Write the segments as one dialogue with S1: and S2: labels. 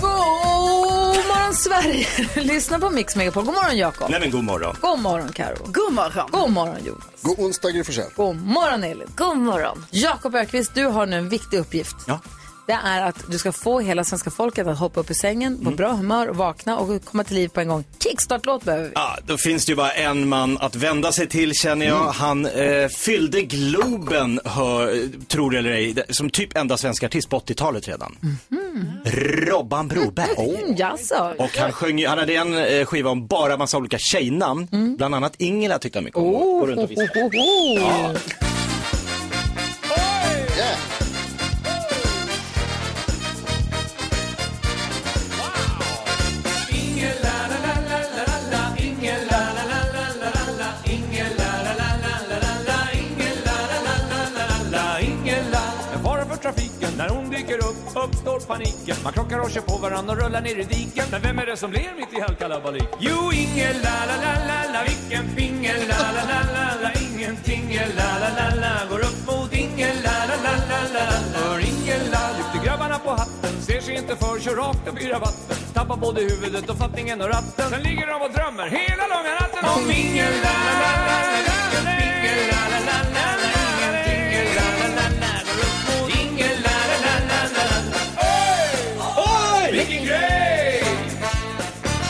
S1: God morgon Sverige! Lyssna på Mix Megapol. God morgon Jakob.
S2: Nej men god morgon.
S1: God morgon Karo.
S3: God morgon.
S1: God morgon Jonas.
S4: God onsdag, Gry Forssell.
S1: God morgon Elin.
S5: God morgon.
S1: Jakob Ökvist, du har nu en viktig uppgift.
S2: Ja.
S1: Det är att du ska få hela svenska folket att hoppa upp ur sängen, vara bra humör, vakna och komma till liv på en gång. Kickstart-låt behöver vi.
S2: Ja, då finns det ju bara en man att vända sig till känner jag. Han eh, fyllde Globen, hör, tror det eller ej, det- som typ enda svensk artist på 80-talet redan. Robban Broberg.
S6: Oh.
S1: Mm, jaså?
S2: Och han sjöng ju, han hade en eh, skiva om bara massa olika tjejnamn. Bland annat Ingela tyckte han mycket om.
S1: Oh,
S2: Går runt och viskar.
S7: Ingela är fara för trafiken. När hon dyker upp uppstår paniken. Man krockar och kör på varandra och rullar ner i diken. Men vem är det som ler mitt i all kalabalik? Jo, Ingela, la, la, la, la, vilken pingel, la, la, la, la, la, ingenting, la, la, la, la, går upp mot Ingela, la, la, la, la, la. Hör Ingela, lyfter grabbarna på hatten, ser sig inte för, kör rakt upp i rabatten. Tappar både huvudet och fattningen och ratten. Sen ligger de och drömmer hela långa natten om Ingela, la, la, la, la, vilken pingel, la, la, la, la, la, ingenting, la, la, la, la, går upp mot Ingela, la, la, la, la, la. Oj! Vilken grej!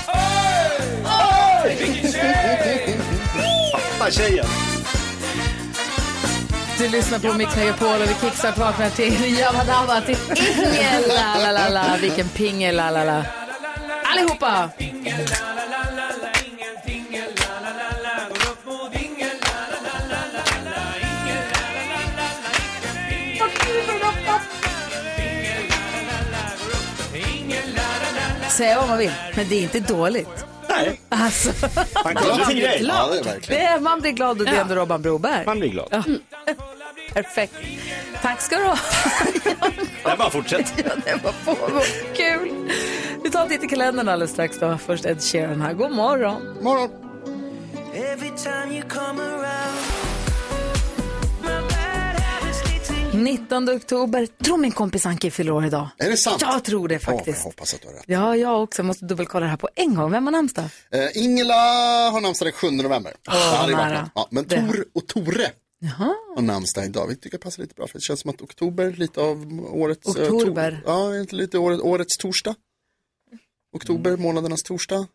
S7: Oj! Oj! Vilken tjej!
S2: Fan, tjejen.
S1: Du lyssnar på Mix Megapol och vi kickstart vaknar till Jabba Dabba till Ingel. La, la, la, la. Vilken pingel, la, la, la. Allihopa! Säga vad man vill, men det är inte dåligt.
S2: Nej,
S1: Alltså,
S2: han kunde sin grej.
S4: Ja, det är verkligen.
S1: det är, man blir glad och det är ändå Robban Broberg.
S2: Man blir glad.
S1: Perfekt. Tack ska du ha.
S2: Nej, bara fortsätt.
S1: Ja, det var på. Kul! Vi tar en titt i kalendern alldeles strax. Då. Först Ed Sheeran här. God morgon!
S4: Morgon.
S8: Every time you come around, my bad habits lead to
S1: 19 oktober. Tror min kompis Anki fyller år idag.
S4: Är det sant?
S1: Jag tror det
S4: Åh, jag
S1: faktiskt.
S4: hoppas att du har rätt.
S1: ja, jag också. Jag måste dubbelkolla det här på en gång. Vem har namnsdag?
S9: Eh, Ingela har namnsdag den 7 november. det hade ju varit
S1: nära.
S9: något. ja, men
S1: Det-
S9: Tor och Tore
S1: Jaha.
S9: har namnsdag idag. Vi tycker det passar lite bra för det känns som att oktober lite av årets... eh,
S1: Oktober.
S9: Tor, ja, inte lite året, årets torsdag. Oktober,
S1: Mm.
S9: månadernas torsdag.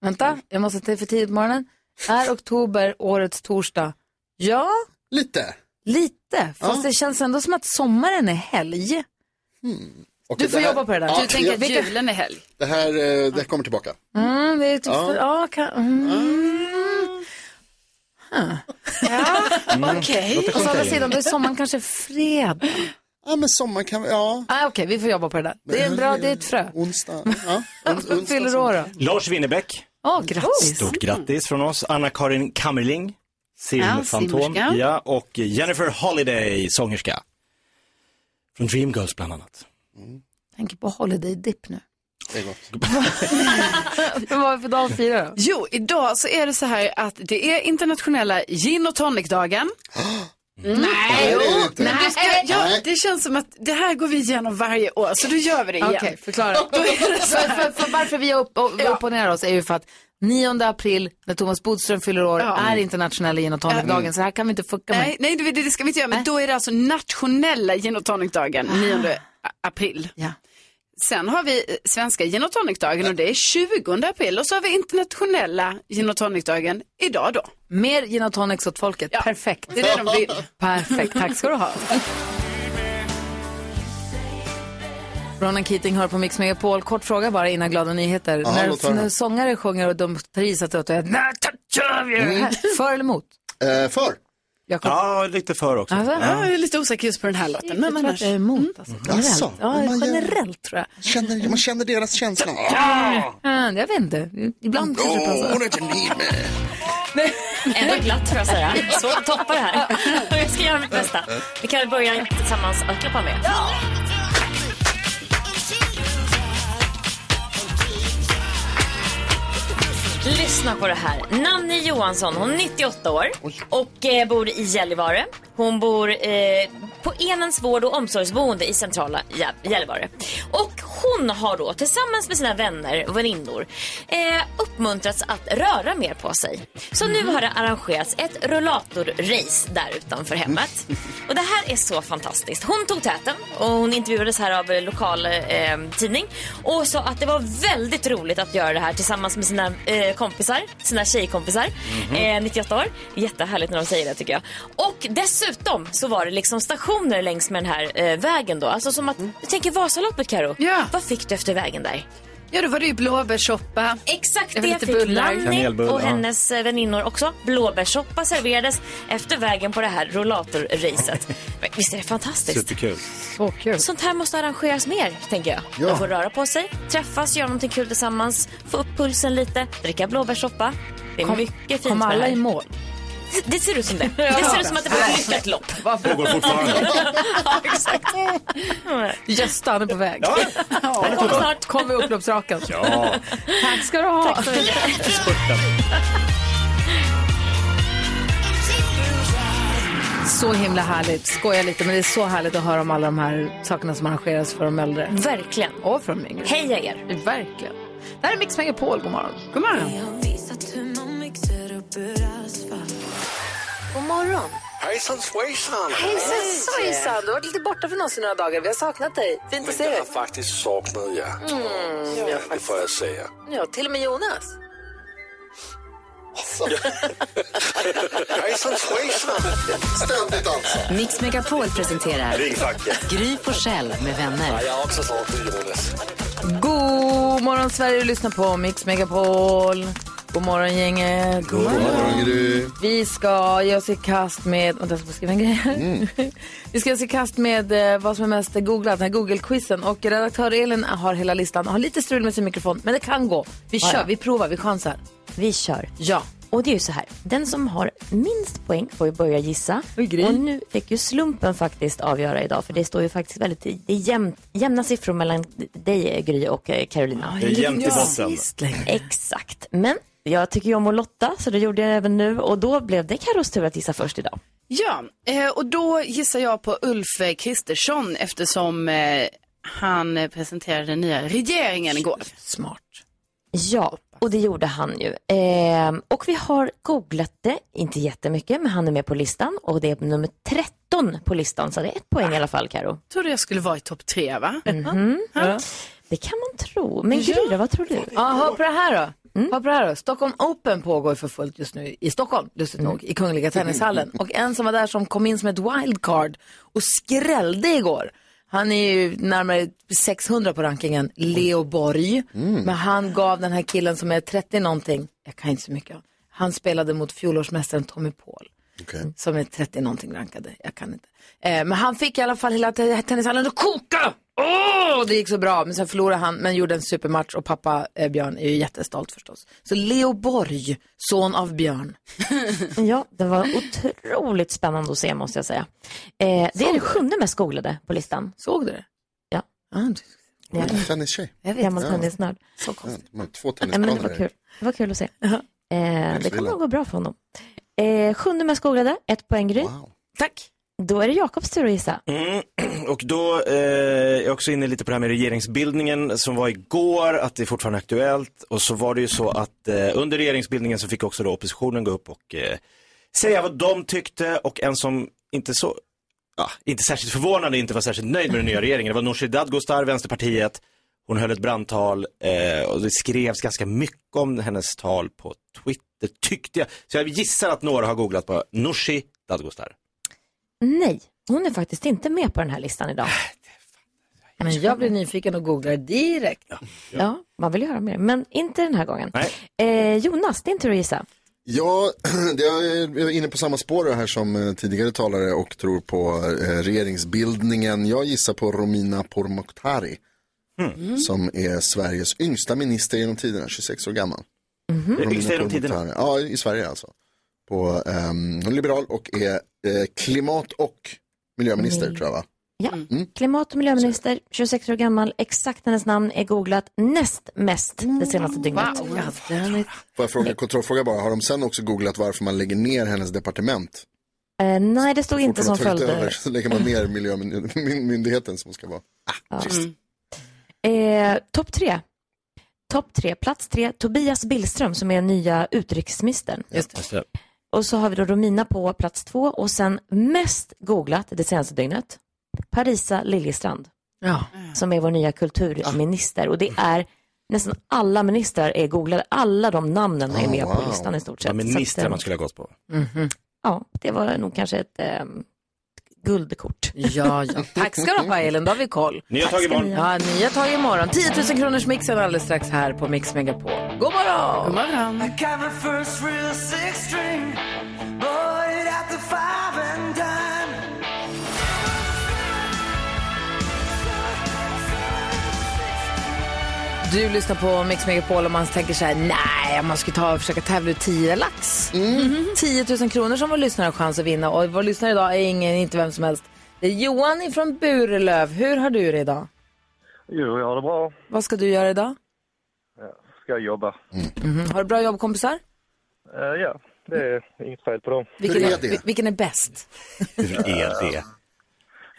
S1: Vänta, jag måste till för tidigt på morgonen. Är oktober årets torsdag? Ja,
S9: Lite.
S1: lite. Fast det känns ändå som att sommaren är helg.
S9: Och
S1: Du får
S9: här,
S1: jobba på det där.
S9: Ja,
S3: Du tänker
S9: jag-
S3: att julen är helg?
S9: det här eh, det här kommer tillbaka.
S1: Mm, det är typ ja. Ja, kan, mm.
S9: Mm.
S3: Okej.
S1: Och så andra sidan, då är sommaren kanske fredag.
S9: Ja, men sommar kan vi... Ja,
S1: Ah, Okej, vi får jobba på det där. Det är en bra, det är ett frö.
S9: onsdag. Ja, on,
S1: Vem
S9: onsdag
S1: fyller
S9: som-
S1: år då?
S2: Lars Winnerbäck.
S1: Åh, grattis.
S2: Stort grattis från oss, Anna-Karin Kammerling, simfantom,
S3: simmerska.
S2: ja, och Jennifer Holiday, sångerska. Från Dreamgirls bland annat.
S1: Tänk på Holiday Dip nu.
S9: Det är gott.
S1: Vad var det för dag att fira då?
S3: Jo, idag så är det så här att det är internationella gin och tonic-dagen. Nej,
S9: Nej, det är det
S3: jo,
S9: inte.
S3: men du ska, ja,
S9: Nej.
S3: det känns som att det här går vi igenom varje år, så då gör vi det igen.
S1: Okej, förklara. för, för, för varför vi upp, och,
S3: Ja.
S1: opponerar oss är ju för att 9 april, när Thomas Bodström fyller år,
S3: Ja.
S1: är internationella gin och tonic-dagen. Så här kan vi inte fucka med.
S3: Nej, nej det, det ska vi inte göra, men då är det alltså nationella gin och tonic-dagen,
S9: Ah.
S3: 9 a- april.
S1: Ja.
S3: Sen har vi eh, svenska gin och tonic-dagen och det är 20 april och så har vi internationella gin och tonic-dagen idag då.
S1: Mer gin och tonics åt folket.
S3: Ja.
S1: Perfekt.
S3: Det är det de vill.
S1: Perfekt, tack ska du ha. Ronan Keating hör på Mix Megapol. Kort fråga bara innan glada nyheter.
S9: Ja, låt
S1: när,
S9: höra.
S1: när sångare
S9: Mm.
S1: sjunger och de prisar åt och jag, "Nah, touch of you." För eller emot?
S9: Eh, för.
S1: Jakob?
S2: Ja, lite för också.
S1: Alltså?
S3: Ja, jag är lite osäker just på den här låten.
S1: Jag
S3: Men
S1: tror att
S3: annars.
S1: jag är emot alltså. Generellt.
S9: Alltså,
S1: ja,
S9: om man gör-
S1: generellt tror jag.
S9: Känner, man känner deras känsla.
S1: Ah, jag vet inte. Ibland kanske det
S9: Åh,
S1: passar.
S9: hon är inte ny med.
S5: Ändå glatt får jag säga. Svårt att toppa det här. Jag ska göra mitt bästa. Vi kan väl börja tillsammans att klappa med. Lyssna på det här. Nanni Johansson, hon är 98 år och eh, bor i Gällivare. Hon bor eh, på Enens vård och omsorgsboende i centrala Gä- Gällivare. Och hon har då tillsammans med sina vänner och väninnor eh, uppmuntrats att röra mer på sig. Så nu har det arrangerats ett rullatorrace där utanför hemmet. Och det här är så fantastiskt. Hon tog täten och hon intervjuades här av eh, lokal eh, tidning och sa att det var väldigt roligt att göra det här tillsammans med sina eh, kompisar, sina tjejkompisar, eh, 98 år. Jättehärligt när de säger det tycker jag. Och dessutom så var det liksom stationer längs med den här eh, vägen då. Alltså som att, jag tänker Vasaloppet Karo.
S3: Ja.
S5: Vad fick du efter vägen där?
S3: Ja, då var det ju blåbärssoppa.
S5: Exakt
S3: Det är
S5: det
S3: väl
S5: fick
S3: lite bullar.
S5: Nanni
S2: Kanelbullar,
S5: och
S2: ja.
S5: hennes eh, väninnor också. Blåbärssoppa serverades efter vägen på det här rollatorracet. Men Visst är det fantastiskt?
S2: Superkul.
S1: Så kul.
S5: Sånt här måste arrangeras mer, tänker jag. Man får röra på sig, träffas, göra någonting kul tillsammans, få upp pulsen lite, dricka blåbärssoppa. Det är mycket fint
S1: Kom
S5: med det
S1: alla
S5: här.
S1: i mål?
S5: Det ser ut som det. Det ser ut som att det var ett lyckat lopp.
S2: Pågår fortfarande.
S5: Ja, exakt.
S1: Gösta, han är på väg.
S2: Ja,
S1: Kom snart. Kom med upploppsrakan.
S2: ja.
S1: Tack ska du ha. Så himla härligt. Skojar lite, men det är så härligt att höra om alla de här sakerna som arrangeras för de äldre.
S5: Verkligen.
S1: Och för de yngre.
S5: Heja er.
S1: Verkligen. Det här är Mix Megapol. God morgon.
S3: God morgon.
S1: God morgon.
S8: Hejsan svejsan!
S1: Hejsan svejsan. Du har varit lite borta från oss i några dagar. Vi har saknat dig. Fint att se dig.
S8: faktiskt saknat er. ja, det får jag säga.
S1: Ja, till och med Jonas.
S8: Hejsan svejsan! Ständigt alltså.
S5: Mix Megapol presenterar Gry Forssell med vänner.
S8: Jag har också saknat Jonas.
S1: God morgon Sverige, du lyssnar på Mix Megapol. God morgon gänget. God morgon Gry. Vi ska ge oss i kast med, vänta jag ska bara skriva en grej här. Vi ska ge oss i kast med eh, vad som är mest googlat, den här Google-quizen. Och redaktör Elin har hela listan, har lite strul med sin mikrofon, men det kan gå. Vi kör, vi provar, vi chansar.
S5: Vi kör.
S1: Ja.
S5: Och det är ju så här, den som har minst poäng får ju börja gissa.
S1: Oj, Gry.
S5: Och nu fick ju slumpen faktiskt avgöra idag för det står ju faktiskt väldigt, det är jämnt, jämna siffror mellan dig Gry och eh, Carolina.
S2: Det är jämnt i botten.
S5: Exakt, men jag tycker ju om att lotta så det gjorde jag även nu och då blev det Carros tur att gissa först idag.
S3: Ja, eh, och då gissar jag på Ulf eh, Kristersson eftersom eh, han eh, presenterade den nya regeringen igår.
S1: Smart.
S5: Ja, och det gjorde han ju. Ehm, och vi har googlat det, inte jättemycket, men han är med på listan och det är nummer 13 på listan så det är ett poäng i alla fall Karo.
S3: Trodde jag skulle vara i topp tre, va?
S5: Det kan man tro, men Gry då, vad tror du?
S1: Ja, hör på det här då. Hör på det här då. Stockholm Open pågår för fullt just nu i Stockholm, lustigt nog, i Kungliga Tennishallen. Och en som var där som kom in som ett wildcard och skrällde igår. Han är ju närmare 600 på rankingen, Leo Borg. Men han gav den här killen som är 30 någonting, jag kan inte så mycket, han spelade mot fjolårsmästaren Tommy Paul. Som är 30 någonting rankade, jag kan inte. Eh, men han fick i alla fall hela te- tennishallen att koka! Åh, det gick så bra. Men sen förlorade han, men gjorde en supermatch och pappa eh, Björn är ju jättestolt förstås. Så Leo Borg, son av Björn.
S5: Ja, det var otroligt spännande att se måste jag säga. Eh, det är det sjunde mest googlade på listan.
S1: Såg du det?
S5: Ja.
S1: Ah, du-
S9: Tennistjej.
S1: jag vet.
S5: Gammal tennisnörd.
S1: Så konstigt.
S9: Mm, Man har Två
S5: Nej, men det var
S9: tennisplaner.
S5: kul. Det var kul att se. Eh, det kommer
S9: Villa.
S5: att gå bra för honom. Eh, sjunde mest googlade, ett poäng Gry.
S9: Wow.
S1: Tack.
S5: Då är det Jakobs tur att gissa.
S2: Mm. Och då eh, är jag också inne lite på det här med regeringsbildningen som var igår, att det är fortfarande aktuellt. Och så var det ju så att eh, under regeringsbildningen så fick också då oppositionen gå upp och eh, säga vad de tyckte och en som inte så, ja, inte särskilt förvånande, inte var särskilt nöjd med den nya regeringen. Det var Nooshi Dadgostar, Vänsterpartiet. Hon höll ett brandtal eh, och det skrevs ganska mycket om hennes tal på Twitter, tyckte jag. Så jag gissar att några har googlat på Nooshi Dadgostar.
S5: Nej, hon är faktiskt inte med på den här listan idag.
S1: Men jag blir nyfiken och googlar direkt.
S5: Ja, man vill ju höra mer, men inte den här gången.
S2: Nej.
S5: Eh, Jonas, din tur att gissa.
S10: Ja, det är- jag är inne på samma spår här som eh, tidigare talare och tror på eh, regeringsbildningen. Jag gissar på Romina Pourmokhtari som är Sveriges yngsta minister genom tiderna, 26 år gammal.
S2: Mhm.
S10: Romina
S2: Yngsta genom tiderna?
S10: Pourmokhtari. Ja, i Sverige alltså. På, ehm, hon är liberal och är eh, klimat och miljöminister
S5: Nej.
S10: tror jag va?
S5: Ja, klimat och miljöminister, 26 år gammal, exakt hennes namn är googlat näst mest det senaste dygnet.
S1: Mm, Wow. Jävligt.
S10: Får jag fråga, kontrollfråga bara, har de sen också googlat varför man lägger ner hennes departement?
S5: Eh, nej, det stod inte
S10: Fort hon
S5: som
S10: har tagit över
S5: följde.
S10: så lägger man ner miljömyndigheten som ska vara. Ah, trist.
S3: Mm.
S5: Eh, Topp tre. Topp tre, plats tre, Tobias Billström som är nya utrikesministern. Och så har vi då Romina på plats två och sen mest googlat det senaste dygnet, Parisa Liljestrand. Som är vår nya kulturminister. Och det är nästan alla ministrar är googlade. Alla de namnen är med på listan i stort sett.
S2: Oh, Ja,
S5: Så att,
S2: ministrar
S5: eh,
S2: man skulle ha gått på.
S1: Mhm.
S5: Ja, det var nog kanske ett ehm, guldkort.
S1: Ja, ja. Tack ska du ha Elin, då har vi koll.
S2: Nya tag imorgon.
S1: Ja, nya tag imorgon. 10 000 kronors mixen alldeles strax här på Mix Megapol. God morgon!
S7: God morgon. I got my first real six string. Bought it at the five and dime.
S1: Du lyssnar på Mix Megapol och man tänker så här, nej, man ska ta och försöka tävla ut 10 lax.
S7: Mm.
S1: 10 000 kronor som vår lyssnare har chans att vinna och vår lyssnare idag är ingen, inte vem som helst. Det är Johan ifrån Burelöv. Hur har du det idag?
S11: Jo, jag har det bra.
S1: Vad ska du göra idag?
S11: Jag ska jobba.
S10: Mm.
S1: Mhm. Har du bra jobb kompisar?
S11: Eh, ja, det är inget fel på dem.
S1: Vilken är, vil- vilken är bäst?
S2: Hur är det?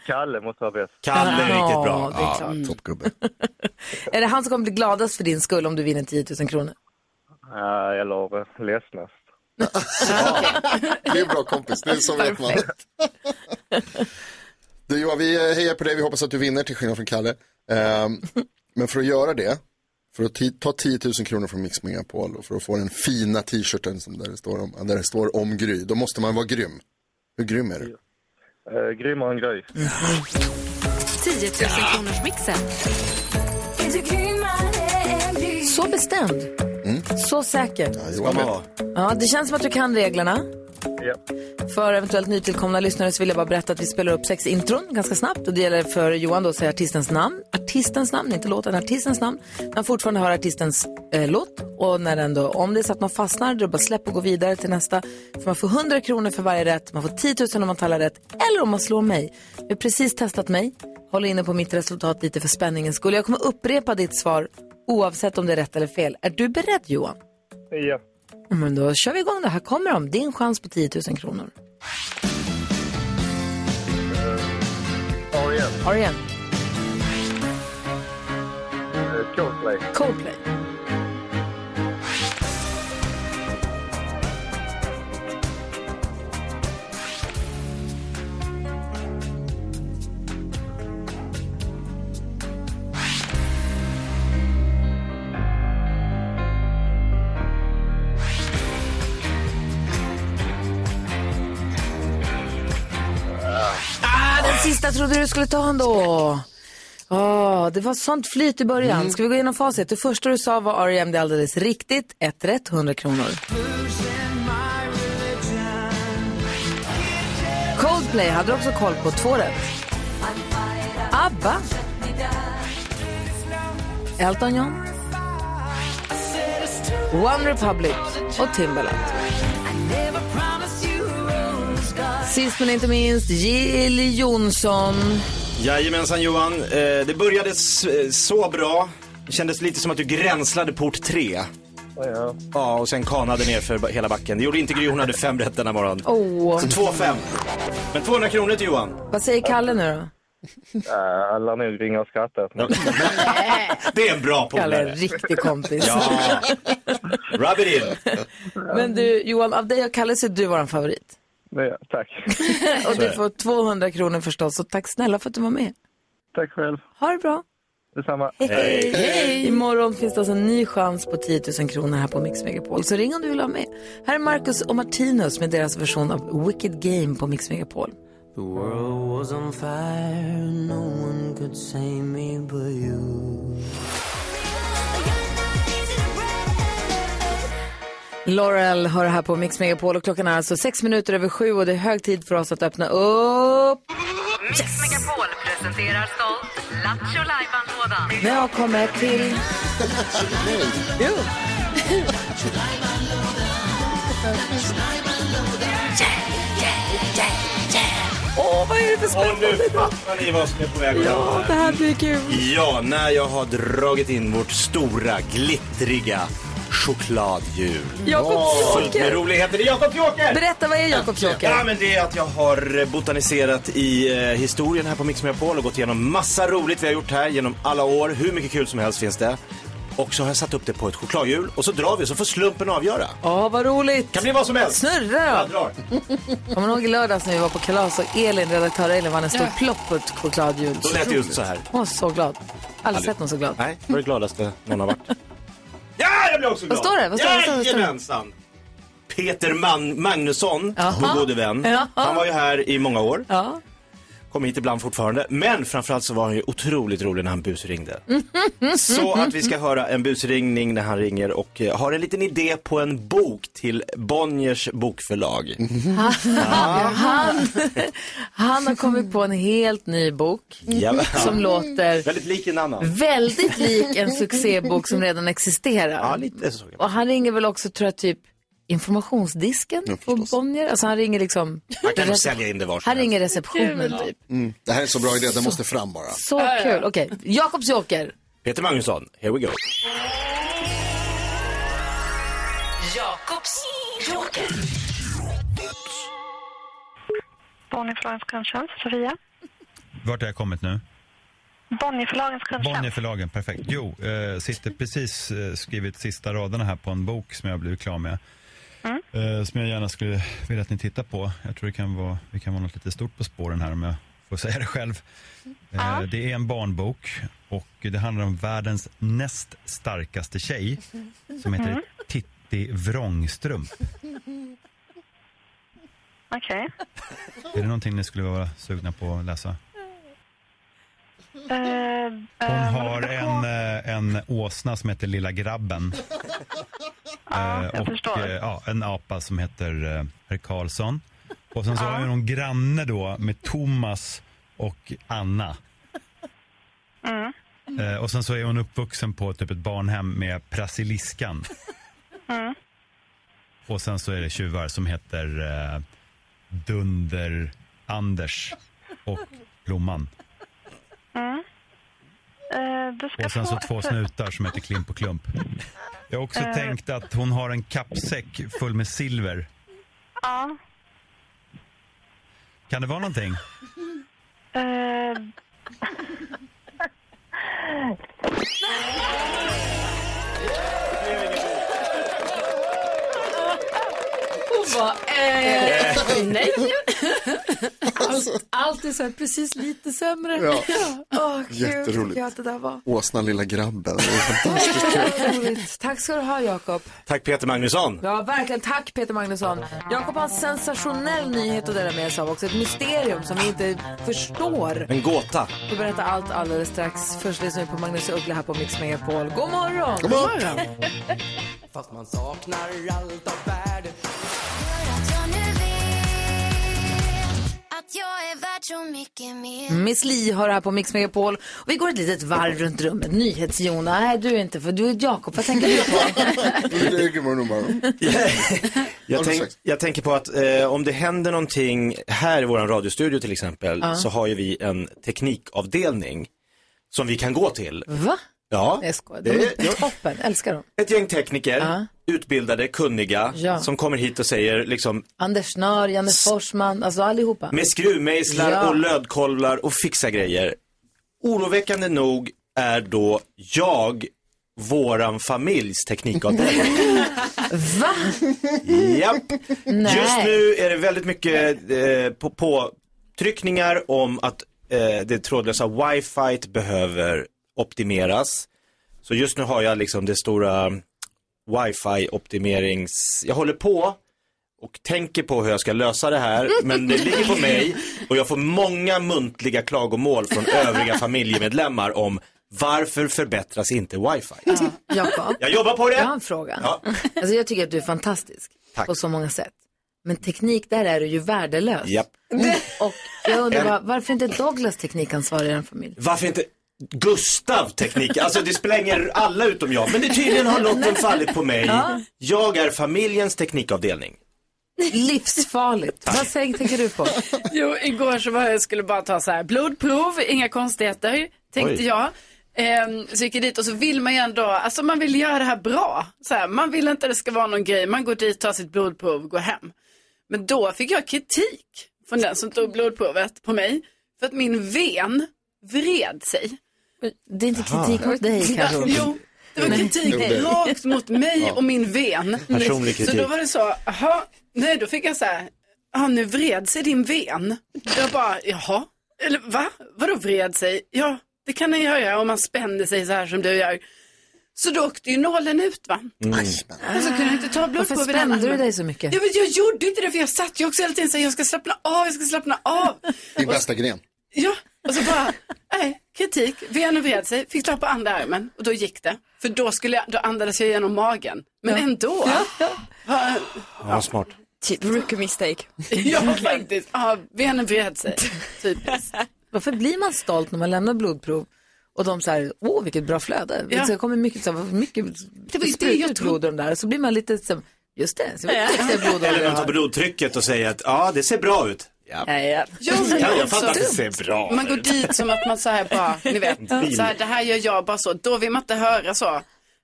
S11: Kalle måste vara bäst.
S2: Kalle är riktigt
S1: Ja,
S2: bra.
S1: det är klart. Mm.
S10: toppgubbe.
S1: Är det han som kommer bli gladast för din skull om du vinner 10 000 kronor?
S11: Eh, eller eh, ledsnast.
S10: Det eh, är en bra kompis, det är så vet man. Du, ja, vi eh, hejar på dig, vi hoppas att du vinner till skillnad från Kalle. Ehm, men för att göra det, för att ti- ta 10 000 kronor från Mix Megapol och för att få den fina t-shirten som där, det står om, där det står om Gry, då måste man vara grym. Hur grym är du?
S11: Eh, grymmare än Gry.
S12: 10 000 kronors mixen.
S1: Så bestämd,
S10: Mm.
S1: så säker.
S10: Johan
S1: Ska
S10: vet.
S1: man. Ja, det känns som att du kan reglerna. För eventuellt nytillkomna lyssnare så vill jag bara berätta att vi spelar upp sex intron ganska snabbt. Och det gäller för Johan då att säga artistens namn. Artistens namn, inte låten, artistens namn. När han fortfarande hör artistens eh, låt. Och när den då, om det är så att man fastnar, då är det bara släpp och gå vidare till nästa. För man får 100 kronor för varje rätt, man får 10 000 om man talar rätt. Eller om man slår mig. Vi har precis testat mig. Håller inne på mitt resultat lite för spänningens skull. Jag kommer upprepa ditt svar oavsett om det är rätt eller fel. Är du beredd Johan?
S11: Ja.
S1: Men då kör vi igång då. Här kommer de. Din chans på 10 000 kronor.
S11: Ariel.
S1: Ariel.
S11: Eh, Coldplay.
S1: Coldplay. Ah, den sista trodde du skulle ta ändå. Ja, Ah, det var sånt flyt i början. Ska vi gå igenom facit? Det första du sa var R.E.M. Det är alldeles riktigt. Ett rätt, 100 kronor. Coldplay hade du också koll på. Två rätt. ABBA. Elton John. One Republic och Timbaland. Sist men inte minst, Jill Johnson.
S2: Jajamensan Johan, eh, det började s- eh, så bra. Det kändes lite som att du gränslade port tre.
S11: Ja.
S2: och sen kanade ner för ba- hela backen. Det gjorde inte Gry, hon hade fem rätt denna morgon.
S1: Åh.
S2: Så 2-5. Men 200 kronor till Johan.
S1: Vad säger Kalle nu då?
S11: Eh, alla nog ringa och skratta.
S2: Det är en bra
S1: Kalle är en riktig kompis.
S2: Ja. Rub it in.
S1: Men du Johan, av dig och Kalle så är du vår favorit.
S11: Ja, tack.
S1: Och
S11: Så är
S1: du
S11: det.
S1: får 200 kronor förstås. Och tack snälla för att du var med.
S11: Tack själv.
S1: Ha det bra.
S11: Detsamma.
S1: Imorgon finns det alltså en ny chans på 10 000 kronor här på Mix Megapol. Så ring om du vill ha med. Här är Marcus och Martinus med deras version av Wicked Game på Mix Megapol.
S7: The world was on fire, no one could save me but you.
S1: Laurel hör här på Mix Megapol och klockan är alltså sex minuter över sju och det är hög tid för oss att öppna upp.
S13: Mix Megapol presenterar stolt Lattjo Lajban-lådan.
S1: När jag kommer till... Jo. Åh, vad är det för
S2: Och nu fattar ni vad som är på väg att hända här.
S1: här blir kul.
S2: Ja, när jag har dragit in vårt stora glittriga chokladhjul.
S1: Jakobs
S2: Ja,
S1: Joker.
S2: Fullt med roligheter. Det är Jakobs Joker!
S1: Berätta, vad är Jakobs Joker?
S2: Ja, men det är att jag har botaniserat i eh, historien här på Mix Megapol och gått igenom massa roligt vi har gjort här genom alla år. Hur mycket kul som helst finns det. Och så har jag satt upp det på ett chokladhjul och så drar vi så får slumpen avgöra.
S1: Ja, vad roligt.
S2: Kan bli vad som helst.
S1: Snurra
S2: Jag drar.
S1: Kommer ni ihåg i lördags när vi var på kalas och Elin, redaktör Elin, vann en stor plopp på ett chokladhjul?
S2: Då lät det just så här.
S1: Hon var så glad. Aldrig sett någon så glad.
S2: Nej, det var det gladaste någon har varit. Ja, jag blev också glad!
S1: Vad står det? Vad står det? Vad står det? Vad står det?
S2: Jajamensan! Peter Man- Magnusson,
S1: Jaha.
S2: vår gode vän.
S1: Jaha.
S2: Han var ju här i många år.
S1: Ja.
S2: Kom hit ibland fortfarande. Men framförallt så var han ju otroligt rolig när han busringde. Så att vi ska höra en busringning när han ringer och eh, har en liten idé på en bok till Bonniers bokförlag.
S1: Han, han har kommit på en helt ny bok
S2: Ja.
S1: som låter
S2: Väldigt lik en annan.
S1: väldigt lik en succébok som redan existerar.
S2: Ja, lite så.
S1: Och han ringer väl också, tror jag, typ informationsdisken på Bonnier. Alltså han ringer liksom...
S10: Han kan nog sälja in det var som
S1: Han
S10: helst.
S1: ringer receptionen typ.
S10: Mm. Det här är en så bra idé, den måste fram bara.
S1: Så kul. Okej, Jakobs Joker.
S2: Peter Magnusson, here we go.
S13: Jakobs Joker.
S14: Bonnierförlagens kundtjänst, Sofia.
S11: Vart har jag kommit nu?
S14: Bonnierförlagens kundtjänst.
S11: Bonnierförlagen, perfekt. Jo, eh, sitter precis eh, skrivit sista raderna här på en bok som jag har blivit klar med.
S14: Mm.
S11: Eh, som jag gärna skulle vilja att ni tittar på. Jag tror det kan vara, det kan vara något lite stort på spåren här om jag får säga det själv. Eh, det är en barnbok och det handlar om världens näst starkaste tjej som heter
S14: Mm.
S11: Titti Vrångstrump.
S14: Okej.
S11: Är det någonting ni skulle vara sugna på att läsa?
S14: Eh,
S11: Hon har en, eh, en åsna som heter Lilla Grabben.
S14: Ja, jag förstår.
S11: eh, ja, en apa som heter eh, Herr Karlsson. Och sen så har hon en granne då med Thomas och Anna.
S14: Mm.
S11: Eh, och sen så är hon uppvuxen på typ ett barnhem med Brasiliskan.
S14: Mm.
S11: Och sen så är det tjuvar som heter eh, Dunder Anders och Blomman.
S14: Mm. Eh, du ska
S11: Och sen
S14: få-
S11: så två snutar som heter Klimp och Klump. Jag har också
S14: Eh.
S11: tänkt att hon har en kappsäck full med silver.
S14: Ja.
S11: Kan det vara någonting?
S14: Eh,
S1: Hon bara, eh, nej. Allt, Alltså, allt är så här precis lite sämre.
S10: Ja.
S1: Åh, gud,
S10: Jätteroligt.
S1: Ja, det där var.
S10: Åsnan lilla grabben. Det är fantastiskt.
S1: Åh, roligt. Tack ska du ha, Jakob.
S2: Tack Peter Magnusson.
S1: Ja, verkligen. Tack, Peter Magnusson. Jakob har en sensationell nyhet att dela med sig av också. Ett mysterium som vi inte förstår.
S2: En gåta.
S1: Vi berättar allt alldeles strax. Först lyssnar vi på Magnus Uggla här på Mix Megapol. God morgon!
S8: God morgon.
S15: Fast man saknar allt av värde.
S16: Att jag är värd så mycket mer
S1: Miss Li har det här på Mix Megapol. Och vi går ett litet varv runt rummet. Nyhets-Jona. Nej, du är inte för du är Jakob. Vad tänker du på?
S10: Det är grymmare nummer.
S2: Jag, tänk, jag tänker på att eh, om det händer någonting här i vår radiostudio till exempel
S1: Ja.
S2: så har ju vi en teknikavdelning som vi kan gå till.
S1: Va?
S2: Ja,
S1: Nej, jag skojar.
S2: det
S1: De
S2: är-
S1: Mm. är toppen. Älskar dem.
S2: ett gäng tekniker, utbildade, kunniga
S1: Ja.
S2: som kommer hit och säger liksom
S1: Anders Nör, Janne Forsman, alltså allihopa.
S2: med skruvmejslar
S1: Ja.
S2: och lödkolvar och fixa grejer. Oroväckande nog är då jag våran familjs teknikavdelning.
S1: Va?
S2: Japp.
S1: Nej.
S2: Just nu är det väldigt mycket eh, på, påtryckningar om att eh, det trådlösa wifi behöver optimeras. Så just nu har jag liksom det stora wifi optimerings, jag håller på och tänker på hur jag ska lösa det här, men det ligger på mig och jag får många muntliga klagomål från övriga familjemedlemmar om Varför förbättras inte wifi?
S1: Jakob.
S2: Jag jobbar på det.
S1: Jag har en fråga.
S2: Ja.
S1: Alltså jag tycker att du är fantastisk på så många sätt. Men teknik, där är du ju värdelös.
S2: Japp.
S1: Och jag undrar
S2: En-
S1: bara, varför inte Douglas teknikansvarig i den familjen?
S2: Varför inte Gustav teknik? Alltså det spränger alla utom jag. Men det tydligen har lotten fallit på mig.
S1: Ja.
S2: Jag är familjens teknikavdelning.
S1: Livsfarligt. Vad säger, tänker du på?
S3: Jo, igår så var jag, skulle bara ta så här blodprov, inga konstigheter, tänkte
S1: Oj.
S3: jag. Ehm, så gick jag dit och så vill man ju ändå, alltså man vill göra det här bra. Så här, man vill inte att det ska vara någon grej, man går dit, tar sitt blodprov, går hem. Men då fick jag kritik från den som tog blodprovet på mig, för att min ven vred sig.
S1: Det är inte
S3: Aha.
S1: kritik mot dig kanske?
S3: Ja, jo. Det var kritik
S1: Jo, Mm. det-
S3: rakt mot mig
S1: Ja.
S3: och min ven.
S1: Personlig
S3: Så då
S1: kritik.
S3: var det så, jaha, nej då fick jag så här, ja nu vred sig din ven. Jag bara, jaha, eller va? Vadå vred sig? Ja, det kan den göra om man spänner sig så här som du gör. Så då åkte ju nålen ut va?
S1: Mm.
S3: Och så kunde jag inte ta blodprov
S1: Varför
S3: vid den
S1: spände du
S3: andra.
S1: dig så mycket?
S3: Ja, men jag gjorde inte det för jag satt ju också hela tiden så här, jag ska slappna av, jag ska slappna av.
S10: Din bästa gren.
S3: Ja, och så bara, nej, kritik. Venen vred sig, fick ta på andra armen och då gick det. För då, skulle jag, då andades jag genom magen. Men ändå. Va-
S2: Ja, smart.
S3: Rookie mistake. ja, faktiskt. Ja, benen vred Typ. sig. Typiskt.
S1: Varför blir man stolt när man lämnar blodprov? Och de så här, åh vilket bra flöde.
S3: Ja.
S1: Så det kommer mycket, så här, mycket
S3: Det var ju det
S1: sprutor
S3: jag
S1: ut
S3: trodde.
S1: blod och de där. Så blir man lite, så, här, just det, så vet jag inte blod
S2: Eller
S1: jag
S2: de tar
S1: har.
S2: blodtrycket och säger att ja, det ser bra ut. Ja,
S1: Ja, ja.
S2: ja jag
S3: också
S2: fattar att det
S3: dumt.
S2: ser bra
S3: Man går
S2: ut.
S3: dit som att man så här bara, ni vet,
S2: Bil.
S3: så här, det här gör jag bara så. Då vill man inte höra så.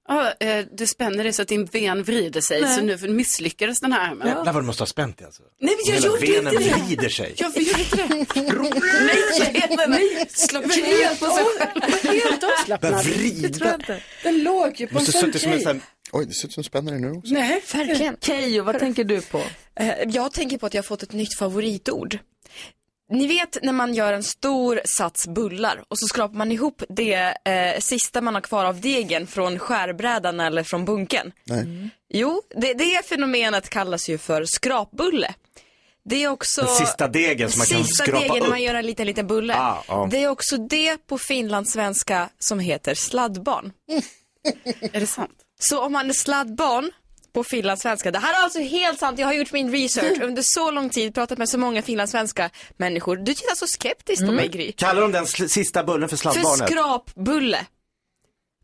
S3: Ja, eh, du spänner dig så att din ven vrider sig,
S2: Nej.
S3: så nu misslyckades den här armen.
S2: Jävlar vad du måste ha spänt dig alltså.
S3: Nej, men jag
S2: Hela
S3: gjorde inte
S2: venen
S3: det.
S2: vrider sig.
S3: Jag gjorde inte det.
S1: Nej, nej, slå knät på sig
S3: själv. Helt
S10: Bara
S3: avslappnad.
S10: vrida.
S3: Det tror jag inte. Den låg
S10: Du
S3: ju på en
S10: måste
S3: sån
S10: suttit som en
S3: grej.
S10: sån här... Oj, det ser ut som en spännare nu också.
S3: Nej,
S6: verkligen. Eh,
S1: Keyyo, vad tänker du på?
S6: Jag tänker på att jag har fått ett nytt favoritord. Ni vet när man gör en stor sats bullar och så skrapar man ihop det eh, sista man har kvar av degen från skärbrädan eller från bunken.
S10: Nej.
S6: Mm. Jo, det, det fenomenet kallas ju för skrapbulle. Det är också...
S2: Den sista degen som man kan
S6: Sista
S2: skrapa
S6: degen när man
S2: upp.
S6: gör en liten, liten bulle.
S2: Ah, ja.
S6: Det är också det på finlandssvenska som heter sladdbarn.
S3: är det sant?
S6: Så om man är sladdbarn på finlandssvenska, det här är alltså helt sant, jag har gjort min research under så lång tid, pratat med så många finlandssvenska människor. Du tittar så skeptiskt
S1: Mm.
S6: på mig Gry.
S2: Kallar de den sl- sista bullen för
S6: För
S2: sladdbarnet?
S6: skrapbulle.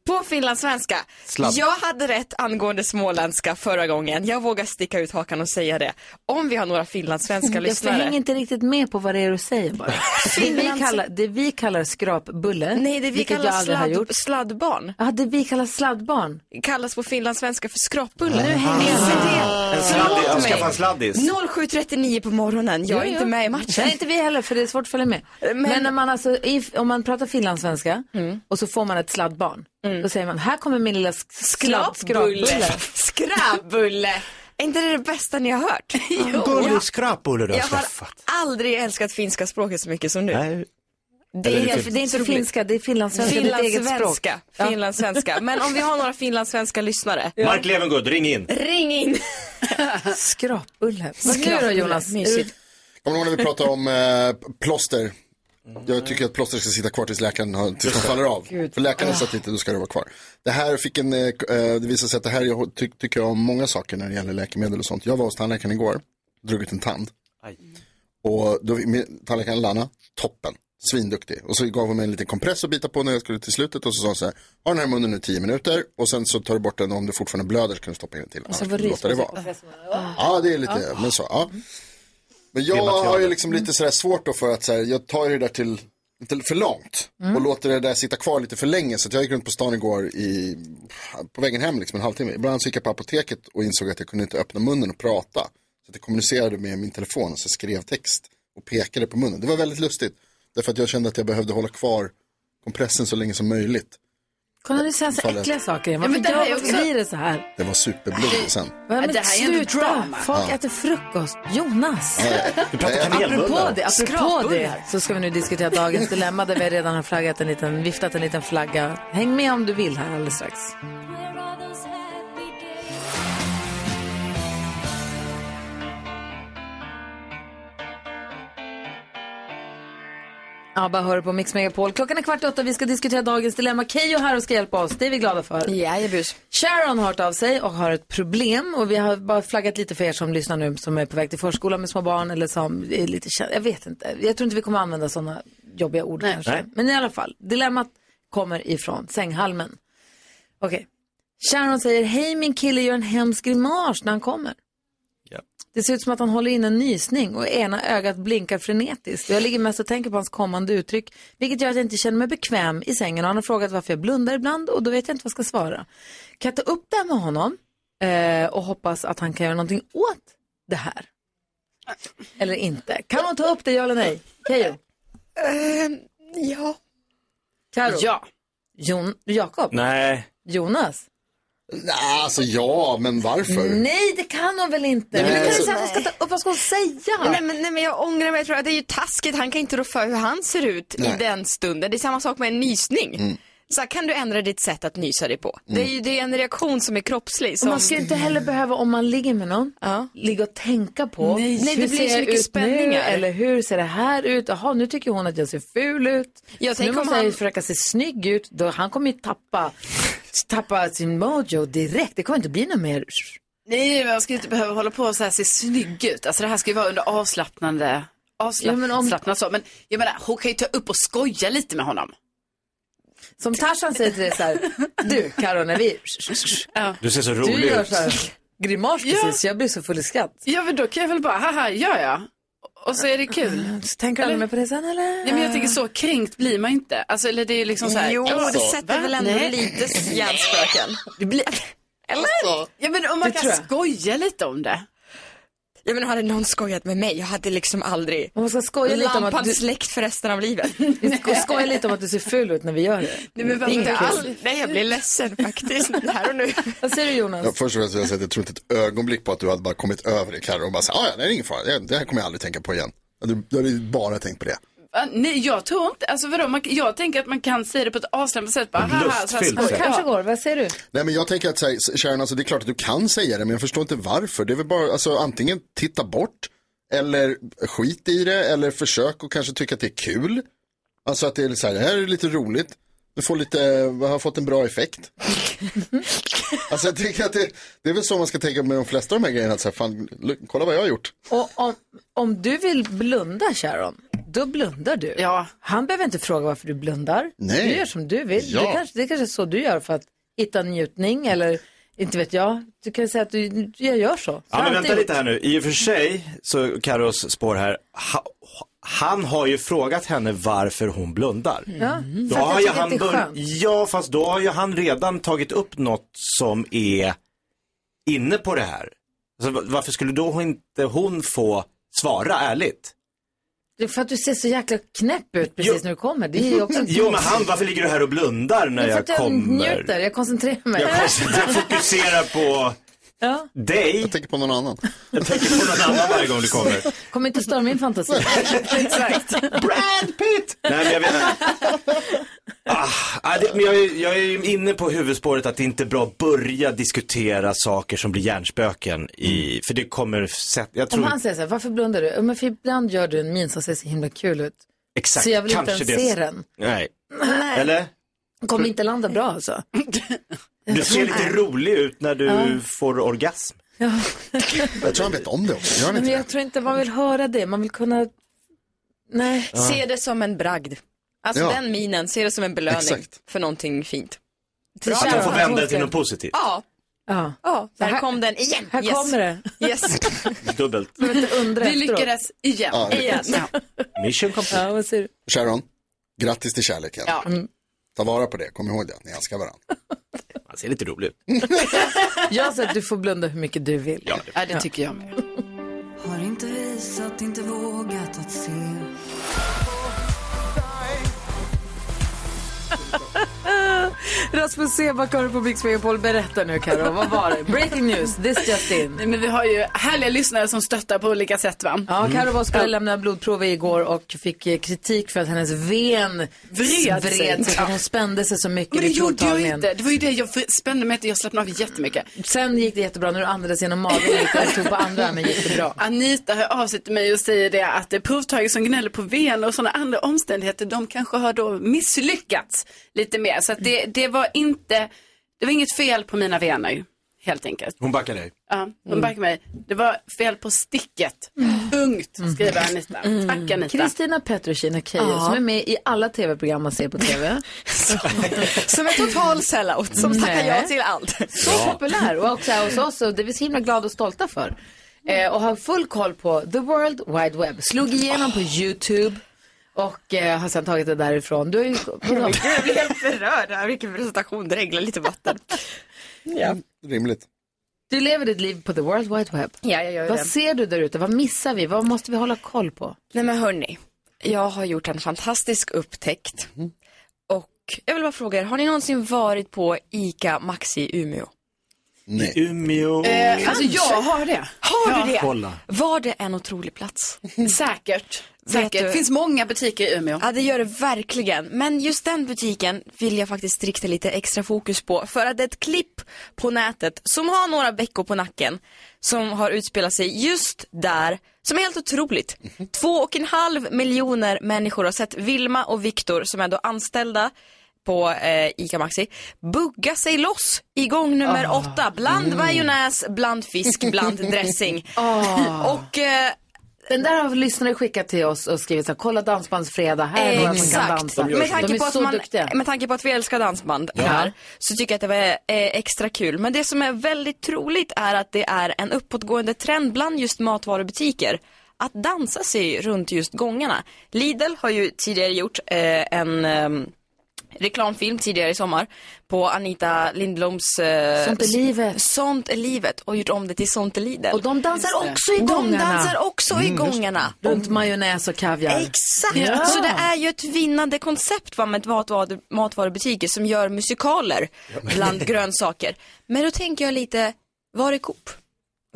S6: På finlandssvenska.
S2: Sladd.
S6: Jag hade rätt angående småländska förra gången. Jag vågar sticka ut hakan och säga det. Om vi har några finlandssvenska
S1: Jag hänger
S6: lyssnare.
S1: inte riktigt med på vad det är du säger bara. Det vi kallar, det vi kallar skrapbulle,
S6: Nej, det vi
S1: vilket jag
S6: kallar
S1: aldrig har
S6: sladd,
S1: gjort,
S6: sladdbarn.
S1: Ja, det vi kallar sladdbarn.
S6: Kallas på finlandssvenska för skrapbulle.
S1: Nu hänger jag
S6: med.
S2: En sladdis,
S6: Förlåt
S2: jag
S6: mig.
S2: skaffar en sladdis.
S6: 07.39 på morgonen. Jag är
S1: Jo, jo.
S6: inte med i matchen.
S1: Nej, inte vi heller, för det är svårt att följa med. Men, Mm. när man alltså, if, om man pratar finlandssvenska och så får man ett sladdbarn, då säger man, här kommer min lilla sk- sladd,
S6: Skrapbulle.
S1: Mm. skrapbulle.
S6: Skrapbulle. Är inte det det bästa ni har hört?
S2: Gullig skrapbulle du
S6: Jag
S2: har
S6: har
S2: skaffat.
S6: aldrig älskat finska språket så mycket som nu.
S1: Det är, helt, det är inte finska, det är finlandssvenska, det är ett eget språk.
S6: Finlandssvenska. Finlandssvenska. Men om vi har några finlandssvenska lyssnare.
S2: Mark Levengood, ring in.
S6: Ring in.
S1: Skrapbulle. Vad nu då Jonas?
S6: Mysigt.
S10: Kommer du ihåg när vi pratade om eh, plåster? Jag tycker att plåster ska sitta kvar tills läkaren har, tills de faller av.
S4: Mm. Gud.
S10: För läkaren har
S4: Ah.
S10: sagt inte, då ska det vara kvar. Det här fick en, eh, k- eh, det visar sig att det här, jag ty, tycker jag om många saker när det gäller läkemedel och sånt. Jag var hos tandläkaren igår, drog ut en tand. Och då, min- tandläkaren Lana, toppen, svinduktig. Och så gav hon mig en liten kompress att bita på när jag skulle till slutet och så sa hon så här, ha den här i munnen nu 10 minuter och sen så tar du bort den och om det fortfarande blöder så kan du stoppa in den till.
S1: Och så
S10: Annars
S1: var
S10: kan du
S1: ris
S10: låta
S1: på
S10: det vara.
S1: sig på resten.
S10: Ja, det är lite, men så, ja. Men jag
S4: materialet.
S10: har ju liksom lite sådär svårt då för att så här, jag tar ju det där till, till för långt och låter det där sitta kvar lite för länge. Så att jag gick runt på stan igår i, på vägen hem liksom en halvtimme. Ibland så gick jag på apoteket och insåg att jag kunde inte öppna munnen och prata. Så att jag kommunicerade med min telefon och så skrev text och pekade på munnen. Det var väldigt lustigt. Därför att jag kände att jag behövde hålla kvar kompressen så länge som möjligt.
S1: Kolla nu säger han så äckliga saker igen.
S3: Ja,
S1: Varför,
S3: men det här är
S1: gör- varför
S3: också-
S1: blir det så här?
S10: Det var superblod sen.
S1: Men,
S3: Äh, Det här är inte
S1: sluta!
S3: drama.
S1: Folk
S10: Ja.
S1: äter frukost. Jonas!
S10: Ja. Du pratar
S1: apropå
S10: kanelbullar.
S1: det, apropå det
S10: Skrapbullar.
S1: så ska vi nu diskutera dagens dilemma där vi redan har flaggat en liten, viftat en liten flagga. Häng med om du vill här alldeles strax. ABBA hör på Mix Megapol. Klockan är kvart i åtta vi ska diskutera dagens dilemma. Keyyo här och ska hjälpa oss, det är vi glada för.
S6: Jajebus.
S1: Sharon har hört av sig och har ett problem och vi har bara flaggat lite för er som lyssnar nu som är på väg till förskolan med små barn eller som är lite kä- jag vet inte. Jag tror inte vi kommer använda sådana jobbiga ord kanske.
S17: Nej.
S1: Men i alla fall, dilemmat kommer ifrån sänghalmen. Okej. Sharon säger, hej min kille gör en hemsk grimas när han kommer. Det ser ut som att han håller in en nysning och ena ögat blinkar frenetiskt. Jag ligger mest och tänker på hans kommande uttryck, vilket gör att jag inte känner mig bekväm i sängen. Han har frågat varför jag blundar ibland och då vet jag inte vad jag ska svara. Kan jag ta upp det här med honom eh, och hoppas att han kan göra någonting åt det här? Eller inte. Kan hon ta upp det, ja eller nej? Keyyo?
S6: ja.
S1: Karo?
S3: Ja.
S1: Jon, Jakob?
S10: Nej.
S1: Jonas?
S10: Nej, alltså ja, men varför?
S1: Nej, det kan hon väl inte?
S10: Nej,
S1: Hur kan du
S10: alltså-
S1: säga att hon ska ta upp? Vad ska hon säga?
S6: Nej men, nej men jag ångrar mig, jag tror att det är ju taskigt. Han kan inte rå för hur han ser ut
S10: Nej.
S6: i den stunden. Det är samma sak med en nysning.
S10: Mm.
S6: Så här, kan du ändra ditt sätt att nysa dig på? Det är ju det är en reaktion som är kroppslig. Som...
S1: Och man ska ju inte heller behöva, om man ligger med någon, ligga och tänka på.
S6: Nej, Nej, det
S1: hur
S6: blir
S1: ser
S6: så
S1: jag
S6: mycket
S1: ut Nu,
S6: spänningar.
S1: eller hur ser det här ut? Jaha, nu tycker hon att jag ser ful ut.
S6: Jag
S1: nu
S6: tänker
S1: måste
S6: om
S1: jag ju
S6: han-
S1: försöka se snygg ut. Då, han kommer ju tappa, tappa sin mojo direkt. Det kommer inte bli något mer.
S3: Nej, men jag ska ju inte behöva hålla på och så här se snygg ut. Alltså det här ska ju vara under avslappnande,
S1: Ja, men om-
S3: avslappnad så. Men jag menar, hon kan ju ta upp och skoja lite med honom.
S1: Som Tarzan säger till dig så här, du Karo, när vi...
S2: Du ser så
S1: Du
S2: rolig
S1: gör
S2: ut.
S1: så här grimas precis, jag blir så full i skratt.
S3: Ja, men då kan jag väl bara, haha, ja, ja. Och så är det kul.
S1: Så tänker alla med på det sen eller?
S3: Nej, men jag tänker så kränkt blir man inte. Alltså, eller det är liksom så här.
S6: Jo,
S3: alltså,
S6: det sätter
S3: va?
S6: väl ändå
S3: Nej.
S6: lite hjärnspöken.
S3: Det blir... Eller? Ja, men om man
S6: Det
S3: kan
S6: tror jag.
S3: skoja lite om det.
S6: Ja men hade någon skojat med mig, jag hade liksom aldrig
S1: Man ska skoja lite om
S6: lampan
S1: att du-
S6: släckt för resten av livet.
S1: Vi sko- skojar lite om att du ser ful ut när vi gör det.
S6: Nej, men
S1: Det är
S6: inte
S1: inget kul.
S6: alls. Nej, jag blir ledsen faktiskt. Här och nu.
S1: Vad säger du Jonas?
S10: Ja, först och främst vill jag säga att jag tror inte ett ögonblick på att du hade bara kommit över det Carro och bara så här, "Ah, ja, nej, det är ingen fara, det- det här kommer jag aldrig tänka på igen. Ja, Du, du hade ju bara tänkt på det.
S3: Va? Nej, jag tror inte, alltså vadå, man, jag tänker att man kan säga det på ett avslappnat sätt. Bara, haha, så här
S10: Lustfyllt
S3: skoja.
S10: sätt. Kanske
S1: går, vad säger du?
S10: Nej men jag tänker att så här, Sharon, alltså, det är klart att du kan säga det men jag förstår inte varför. Det är väl bara, alltså antingen titta bort eller skit i det eller försök och kanske tycka att det är kul. Alltså att det är så här, det här är lite roligt. Du får lite, Eh, har fått en bra effekt. alltså jag tänker att det, det är väl så man ska tänka med de flesta av de här grejerna. Att så här, fan, l- kolla vad jag har gjort.
S1: Och om, om du vill blunda, Sharon, då blundar du.
S3: Ja.
S1: Han behöver inte fråga varför du blundar.
S10: Nej.
S1: Du gör som du vill.
S10: Ja.
S1: Det, kanske, det kanske är så du gör för att hitta njutning eller inte vet jag. Du kan säga att du, jag gör så. så
S2: Ja, men vänta
S1: alltid.
S2: lite här nu. I och för sig, så Karos spår här, ha, han har ju frågat henne varför hon blundar.
S1: Ja.
S2: Mm. Då
S1: Mm. För att jag
S2: har ju
S1: tycker att
S2: han
S1: det är
S2: bör-
S1: skönt.
S2: ja, fast då har ju han redan tagit upp något som är inne på det här. Alltså, va- varför skulle då hon inte hon få svara ärligt?
S1: Det är för att du ser så jäkla knäpp ut precis när du kommer. Det är ju också
S2: Jo, men han, varför ligger du här och blundar när
S1: Det är för
S2: jag,
S1: att jag
S2: kommer?
S1: njuter, jag koncentrerar mig.
S2: Jag, koncentrerar- jag fokuserar på
S1: Ja.
S2: dig.
S10: Jag tänker på någon annan.
S2: Jag tänker på någon annan varje gång du kommer.
S1: Kommer inte störa min fantasi. Exakt.
S2: Brad Pitt! Nej, men jag vet Ah, det, men jag, är- jag är ju inne på huvudspåret att det inte är bra att börja diskutera saker som blir hjärnspöken
S10: Mm.
S2: i, för det kommer, sätt- jag
S1: Om
S2: tror,
S1: han säger så här, varför blundar du? Ja, Men för ibland gör du en min som ser så himla kul ut.
S2: exakt,
S1: så jag vill inte
S2: kanske
S1: ens
S2: det.
S1: se den.
S2: Nej.
S1: Nej.
S2: Eller?
S1: Kommer inte landa bra alltså.
S2: Du ser lite rolig ut när du
S1: Ja.
S2: får orgasm.
S10: Jag tror han vet om det också.
S1: Nej, men jag tror inte man vill höra det. Man vill kunna... Nej.
S2: Ja.
S6: Se det som en bragd. Alltså
S2: Ja.
S6: den minen, se det som en belöning
S2: Exakt.
S6: för någonting fint.
S2: Till Att man får vända det till något positivt.
S6: Ja.
S1: Ja.
S6: ja. Där kom den igen.
S1: Här kommer det.
S6: Yes.
S2: Dubbelt.
S1: Mm.
S3: Vi lyckades igen.
S10: Ja, det
S3: igen.
S10: lyckades.
S2: Mission complete.
S1: Ja, vad säger du?
S10: Sharon, grattis till kärleken.
S3: Ja.
S10: Ta vara på det, kom ihåg det, att ni älskar varandra.
S2: Han ser lite rolig ut.
S1: Jag säger att du får blunda hur mycket du vill. Ja,
S3: det, tycker jag med.
S13: Har inte visat, inte vågat att se.
S1: Rasmus Seback har du på Mix Megapol. Berätta nu Karo, vad var det? Breaking news, this just in.
S3: Nej, men vi har ju härliga lyssnare som stöttar på olika sätt va?
S1: Ja, Karo var skulle lämna blodprover igår och fick eh, kritik för att hennes ven
S3: Vred sig.
S1: vred sig. för
S3: Ja.
S1: att Hon spände sig så mycket
S3: Men det
S1: vid
S3: gjorde jag
S1: provtagningen.
S3: inte. Det var ju det jag spände mig inte. Jag slappnade av jättemycket.
S1: Sen gick det jättebra när du andades genom magen lite och tog på andra armen gick det bra.
S3: Anita hör av sig till mig och säger det att det provtagare som gnäller på ven och sådana andra omständigheter, de kanske har då misslyckats lite mer. Så att det, det var inte, det var inget fel på mina vener, helt enkelt.
S2: Hon backar dig.
S3: Ja,
S2: Mm.
S3: hon backar mig. Det var fel på sticket. Punkt, skriver Anita. Tack Anita.
S1: Kristina Petrushina Keijo
S3: Ja.
S1: som är med i alla tv-program man ser på tv.
S6: Som en total sellout som tackar
S1: Nej.
S6: ja till allt.
S1: Så populär och också här hos oss och det är vi så himla glada och stolta för. Eh, och har full koll på the world wide web. Slog igenom på YouTube och eh, har sen tagit det därifrån. Du har ju...
S6: Gud, jag blir helt berörd här. Vilken presentation. Det reglar lite vatten.
S10: Ja. Rimligt.
S1: Du lever ditt liv på the world wide web.
S6: Ja, jag gör
S1: Vad
S6: det.
S1: ser du där ute? Vad missar vi? Vad måste vi hålla koll på?
S6: Nej men hörni, jag har gjort en fantastisk upptäckt. Och jag vill bara fråga er, har ni någonsin varit på ICA Maxi i Umeå?
S10: Nej.
S2: I Umeå.
S6: Eh, alltså, jag har
S3: det.
S6: Har
S3: Ja.
S6: du det?
S2: Kolla.
S6: Var det en otrolig plats?
S3: Säkert.
S6: Säkert.
S3: Det finns många butiker i Umeå.
S6: Ja, det gör det verkligen. Men just den butiken vill jag faktiskt rikta lite extra fokus på. För att det är ett klipp på nätet som har några veckor på nacken som har utspelat sig just där, som är helt otroligt.
S1: Mhm.
S6: Två och en halv miljoner människor har sett Vilma och Viktor, som är då anställda på eh, ICA Maxi, bugga sig loss i gång nummer
S1: Ah.
S6: åtta. Bland
S1: Mm.
S6: majonnäs, bland fisk, bland dressing.
S1: Ah.
S6: Och eh,
S1: Den där har lyssnare skickat till oss och skrivit så här, kolla Dansbandsfredag, här är några som kan
S6: Exakt.
S1: dansa.
S6: Med tanke,
S1: De är
S6: på
S1: så
S6: att man,
S1: duktiga.
S6: med tanke på att vi älskar dansband
S1: Ja.
S6: här så tycker jag att det var eh, extra kul. Men det som är väldigt troligt är att det är en uppåtgående trend bland just matvarubutiker att dansa sig runt just gångarna. Lidl har ju tidigare gjort eh, en ehm, reklamfilm tidigare i sommar på Anita Lindbloms eh,
S1: Sånt är livet.
S6: Sånt är livet och gjort om det till Sånt är livet.
S1: Och de dansar också i
S6: De
S1: gångarna.
S6: dansar också i
S1: Mm, just det.
S6: gångarna.
S1: Runt majonnäs och kaviar.
S6: Exakt!
S1: Ja.
S6: Så det är ju ett vinnande koncept va, med matvaru- matvarubutiker som gör musikaler bland grönsaker. Men då tänker jag lite, var är Coop?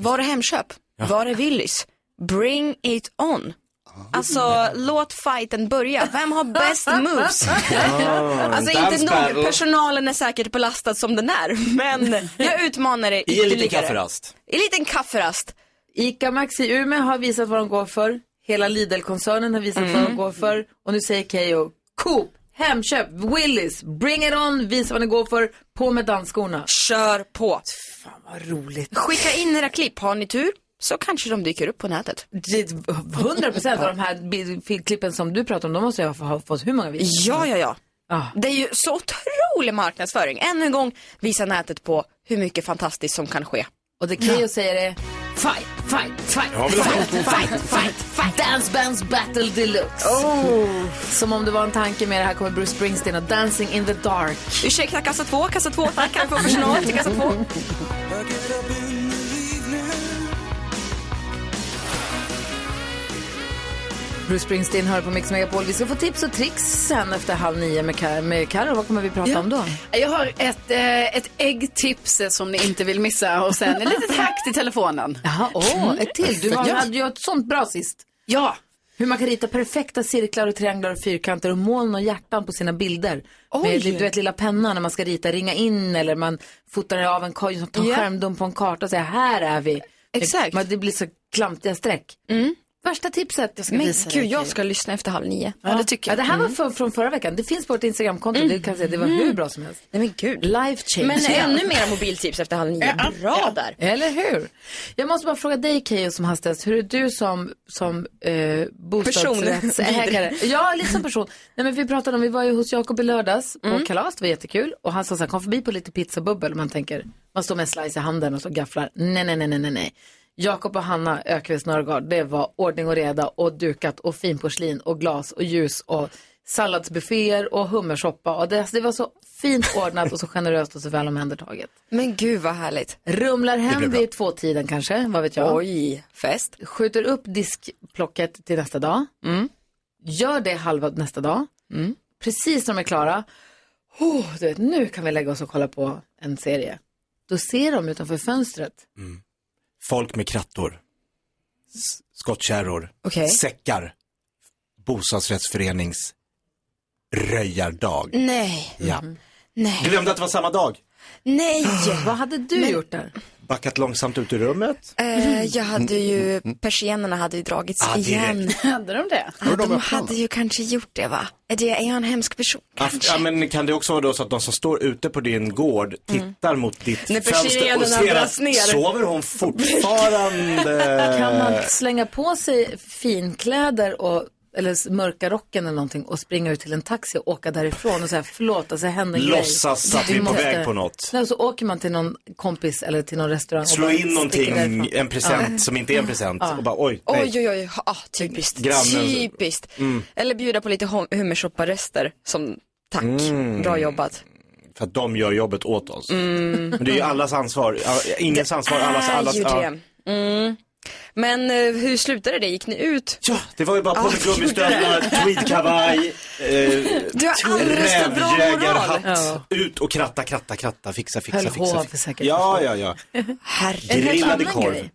S6: Var är Hemköp? Var är Willys? Bring it on!
S2: Ah.
S6: Alltså, låt fighten börja. Vem har bäst moves? alltså,
S8: en
S6: inte
S8: dance battle.
S6: nog. Personalen är säkert belastad som den är, men jag utmanar er
S2: I en liten
S6: ytterligare.
S2: kafferast.
S6: I en liten kafferast.
S1: ICA Maxi Umeå har visat vad de går för. Hela Lidl-koncernen har visat vad
S6: Mm.
S1: de går för. Och nu säger Keyyo, Coop, Hemköp, Willys, bring it on, visa vad ni går för. På med dansskorna.
S6: Kör på.
S1: Fan vad roligt.
S6: Skicka in era klipp, har ni tur så kanske de dyker upp på nätet.
S1: 100 procent av de här bild- klippen som du pratar om, de måste ju ha- ha fått hur många
S6: Ja,
S1: visningar?
S6: ja, ja.
S1: Ah.
S6: Det är ju så otrolig marknadsföring. Ännu en gång visar nätet på hur mycket fantastiskt som kan ske.
S1: Och det Keyyo säger är fight, fight, fight,
S6: Ja, men-
S1: fight, fight, fight, fight, dance bands battle deluxe.
S6: Oh.
S1: Som om det var en tanke med det här kommer Bruce Springsteen och Dancing in the dark.
S6: Ursäkta, kassa två, kassa två, tack, kan jag få personal till kassa två?
S1: Bruce Springsteen hör på Mix Megapol. Vi ska få tips och tricks sen efter halv nio med, Kar- med Karo. Vad kommer vi prata
S3: Ja.
S1: om då?
S3: Jag har ett, eh, ett äggtips eh, som ni inte vill missa och sen ett litet hack till telefonen.
S1: Jaha, åh,
S3: Mm.
S1: ett till. Du har,
S3: Ja.
S1: hade ju ett sånt bra sist.
S3: Ja.
S1: Hur man kan rita perfekta cirklar och trianglar och fyrkanter och moln och hjärtan på sina bilder. Med, du vet lilla pennan när man ska rita, ringa in eller man fotar av en koj som tar
S6: Ja.
S1: skärmdump på en karta och säger här är vi. Exakt. Men det blir så klantiga streck. Värsta tipset jag ska
S6: Men
S1: visa
S6: gud,
S1: dig,
S6: jag
S1: Keyyo.
S6: ska lyssna efter halv nio.
S1: Ja, det tycker jag. Mm. Ja, det här var för, från förra veckan. Det finns på vårt Instagramkonto. Du kan se, det var
S6: Mm.
S1: hur bra som helst.
S6: Nej men gud.
S1: Life change.
S6: Men ännu mera mobiltips efter halv nio. Bra där.
S1: Eller hur? Jag måste bara fråga dig Keyyo som hastigast, hur är du som, som eh, bostadsrättsägare?
S6: Person.
S1: ja, lite som person. Nej, men vi pratade om, vi var ju hos Jakob i lördags på
S6: Mm.
S1: kalas, det var jättekul. Och han sa så här, kom förbi på lite pizzabubbel. Och Man tänker, man står med en slice i handen och så gafflar. Nej, nej, nej, nej, nej, nej. Jakob och Hanna Ökvist Norrgård, det var ordning och reda och dukat och finporslin och glas och ljus och salladsbufféer och hummersoppa. Och det, det var så fint ordnat och så generöst och så väl omhändertaget.
S6: Men gud vad härligt.
S1: Rumlar
S6: Det
S1: hem
S6: blir bra.
S1: vid tvåtiden kanske, vad vet jag.
S6: Oj, fest.
S1: Skjuter upp diskplocket till
S6: Mm.
S1: nästa dag. Gör det halva nästa dag. Precis när de är klara. oh, du vet, nu kan vi lägga oss och kolla på en serie. Då ser de utanför fönstret.
S2: Folk med krattor. S- Skottkärror.
S1: Okej.
S2: Säckar. Bostadsrättsförenings. Röjardag.
S6: Nej.
S2: Ja.
S6: Nej.
S2: Glömde att det var samma dag.
S6: Nej.
S1: Vad hade du gjort där?
S2: Backat långsamt ut ur rummet.
S6: Eh, jag hade ju, persiennerna hade ju dragits
S2: Ah, direkt.
S6: igen.
S1: Hade de det?
S6: Ja, de hade ju kanske gjort det va? Är det- Är jag en hemsk person?
S2: Ja, f- Ja, men kan det också vara då så att de som står ute på din gård tittar mot ditt
S6: När
S2: fönster och
S6: persiennerna
S2: ser
S6: dras
S2: att
S6: ner.
S2: sover hon fortfarande?
S1: Kan man slänga på sig finkläder och, eller s- mörka rocken eller någonting och springa ut till en taxi och åka därifrån och säga förlåt, alltså hände en
S2: Låtsas
S1: grej.
S2: att vi är på väg på något.
S1: Nej, och så åker man till någon kompis eller till någon restaurang. och
S2: Slå
S1: bara
S2: in
S1: sticker
S2: någonting, eh,
S1: därifrån.
S2: en present
S1: Ja.
S2: som inte är en present
S6: Ja.
S2: och bara oj, nej.
S6: Oj, oj, oj. Ah, typiskt.
S2: Grannen-
S6: Typiskt.
S2: Mm.
S6: Eller bjuda på lite hum- hummersopparester som tack.
S2: Mm.
S6: Bra jobbat.
S2: För att de gör jobbet åt oss.
S6: Mm.
S2: Men det är ju allas ansvar. Ja, Ingens ansvar, allas,
S6: är
S2: allas.
S6: Ah, ju
S2: ja.
S6: det. Mm. Men eh, hur slutade det? Gicks ni ut?
S2: Ja, det var ju bara
S6: Ja,
S2: på
S6: det
S2: med
S6: gjorde
S2: gummistövlar,
S6: det.
S2: tweedkavaj, eh,
S6: Du har aldrig röstat bra moral.
S2: rävjägarhatt.
S6: Ja.
S2: Ut och kratta, kratta, kratta, fixa, fixa,
S1: Höll
S2: fixa.
S1: hov
S2: fixa.
S1: för säkerhets
S2: ja,
S1: skull.
S2: ja, ja.
S1: En helt
S2: Grillade
S1: annan
S2: korv.
S1: grej.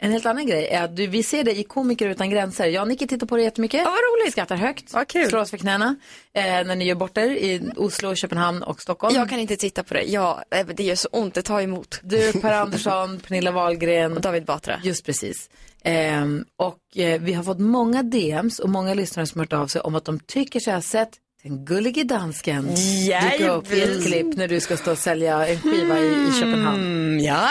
S1: En helt annan grej är att du, vi ser dig i Komiker utan gränser. Jag och Nicky tittar på det jättemycket. Ja, vad roligt. Skrattar högt. Vad kul. Slår oss för knäna eh, när ni gör bort er i Oslo, Köpenhamn och Stockholm.
S6: Jag kan inte titta på det. Ja, eh, det gör så ont. Det tar emot.
S1: Du, Per Andersson, Pernilla Wahlgren. Och
S6: David Batra.
S1: Just precis. Ehm, och eh, vi har fått många DMs och många lyssnare som hört av sig om att de tycker sig ha sett den gullige dansken
S6: Mm.
S1: dyka upp i ett
S6: Jajamän.
S1: klipp när du ska stå och sälja en skiva i, i
S6: Mm.
S1: Köpenhamn.
S6: Ja.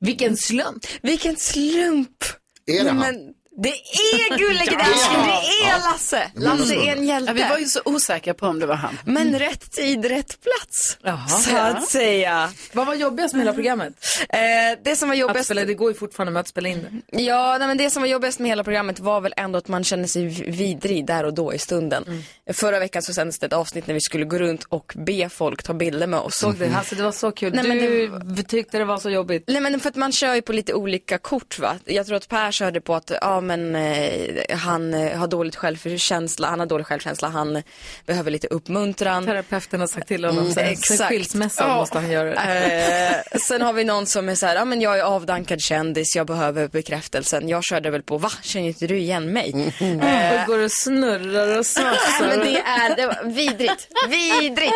S1: Vilken slump.
S6: Vilken slump.
S1: Är det han?
S6: Men det är gullig dansken. Det är Lasse. Lasse är en
S3: Ja,
S6: hjälte.
S3: vi var ju så osäkra på om det var han.
S6: Men rätt tid, rätt plats. Så
S1: Ja.
S6: att säga.
S1: Vad var jobbigast med hela programmet?
S6: Eh, det som var jobbigast... Mm.
S1: Att spela, det går ju fortfarande med att spela in det.
S6: Ja, nej, men det som var jobbigast med hela programmet var väl ändå att man kände sig vidrig där och då i stunden.
S1: Mm.
S6: Förra veckan så sändes det ett avsnitt när vi skulle gå runt och be folk ta bilder med oss.
S1: Såg det, alltså, det var så kul.
S6: Nej, men
S1: du tyckte det var så jobbigt.
S6: Nej men för att man kör ju på lite olika kort va. Jag tror att Per körde på att, ja men eh, han eh, har dåligt självkänsla, han har dålig självkänsla, han behöver lite uppmuntran.
S1: Terapeuten har sagt till honom,
S6: Mm,
S1: så här, sen skilsmässan måste han göra.
S6: Eh, sen har vi någon som är så här, ja men jag är avdankad kändis, jag behöver bekräftelsen. Jag körde väl på, va? Känner inte du igen mig? Eh,
S1: Och går och snurrar och
S6: Nej, men
S1: snafsar.
S6: det är det var vidrigt. Vidrigt.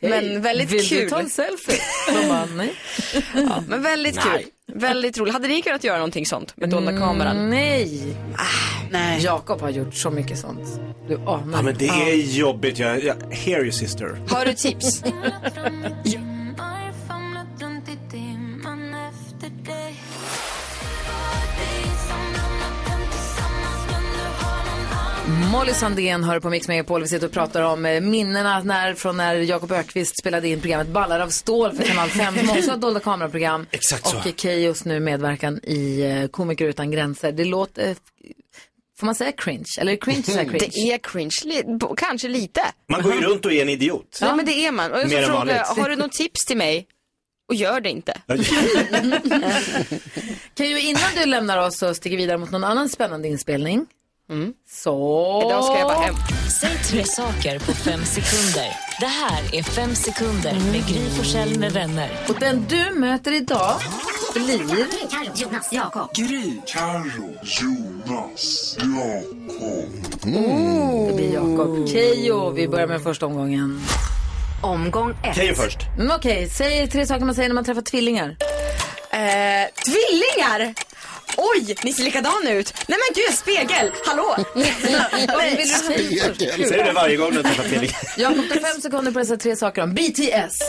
S6: Men väldigt
S1: Vill
S6: kul.
S1: du ta en selfie? De bara, nej.
S6: Ja, men väldigt kul. Väldigt roligt. Hade ni kunnat göra någonting sånt med dolda kameran?
S1: Mm, Nej. nej. Ah, Jakob har gjort så mycket sånt. Du anar.
S2: Ja, men det är jobbigt. Jag, jag hear you sister.
S6: Har du tips?
S1: Molly Sandén hör på Mix Megapol. Vi sitter och pratar om eh, minnena när, från när Jakob Ökvist spelade in programmet Ballar av stål för Kanal 5 som också har dolda kameraprogram.
S2: Exakt så.
S1: Och eh, Keyyos nu medverkan i eh, Komiker utan gränser. Det låter, eh, får man säga cringe? Eller är det cringe att säga cringe?
S6: Mm, Det är cringe, li- bo- kanske lite.
S2: Man går ju runt och är en idiot.
S6: Nej men det är man. Och jag
S2: Mer än
S6: så frågar jag,
S2: vanligt.
S6: har du något tips till mig? Och gör det inte.
S1: Keyyo, innan du lämnar oss och stiger vidare mot någon annan spännande inspelning. Så...
S6: Mm. Idag ska jag bara hem.
S18: Säg tre saker på fem sekunder. Det här är Fem sekunder med Gry Forssell med vänner.
S1: Och den du möter idag blir...
S18: Jonas, Jakob.
S1: Gry.
S8: Carro, Jonas, Jakob.
S2: Mm.
S1: Det blir Jakob. Keyyo, vi börjar med första omgången. Omgång ett.
S2: Keyyo först.
S1: Mm, Okej, säg tre saker man säger när man träffar tvillingar.
S6: Eh, tvillingar! Oj, ni ser likadana ut. Nej men gud, spegel! Hallå!
S1: Vad vill du säga?
S2: Säger du det varje gång du träffar Fredrik?
S1: Jakob, ta fem sekunder på dessa tre saker om BTS.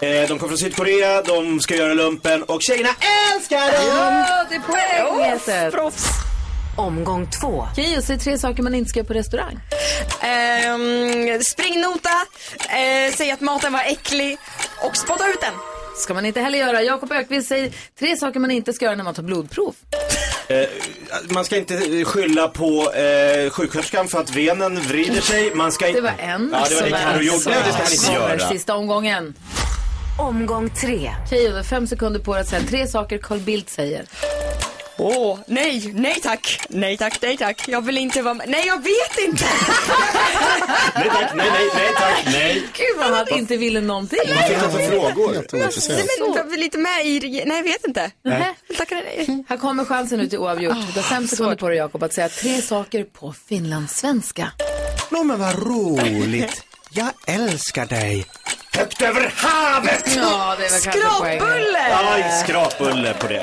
S2: Eh, de kom från Sydkorea, de ska göra lumpen och tjejerna älskar dem!
S1: Ja, det är poäng, Heter.
S6: Proffs.
S1: Omgång två. Keyyo, säg tre saker man inte ska göra på restaurang.
S6: Ehm, springnota, eh, säg att maten var äcklig och spotta ut den.
S1: Ska man inte heller göra. Jakob Ökvist säger tre saker man inte ska göra när man tar blodprov.
S2: Eh, man ska inte skylla på eh, sjuksköterskan för att venen vrider sig. Man ska
S1: Det
S2: inte...
S1: var en.
S2: Ja, det var det Carro gjorde. Det ska han inte göra.
S1: Sista omgången. Omgång tre. Keyyo, du har fem sekunder på dig att säga tre saker Carl Bildt säger.
S6: Åh, nej, nej tack, nej tack, nej tack. Jag vill inte vara med. Nej, jag vet inte.
S2: Nej tack, nej, nej, nej tack, nej.
S1: Gud vad han inte ville någonting.
S2: Vad fick
S10: Alltså,
S2: han för frågor?
S6: Nej, men jag vill inte med i regeringen. Nej, jag vet inte.
S1: Nej.
S6: Tackar nej.
S1: Här kommer chansen nu till oavgjort. Du har fem sekunder på dig Jakob att säga tre saker på finlandssvenska.
S2: Nå men vad roligt. Jag älskar dig. Högt över havet!
S1: Ja, det var kanske poängen. Eh.
S2: Aj, skrapbulle på det.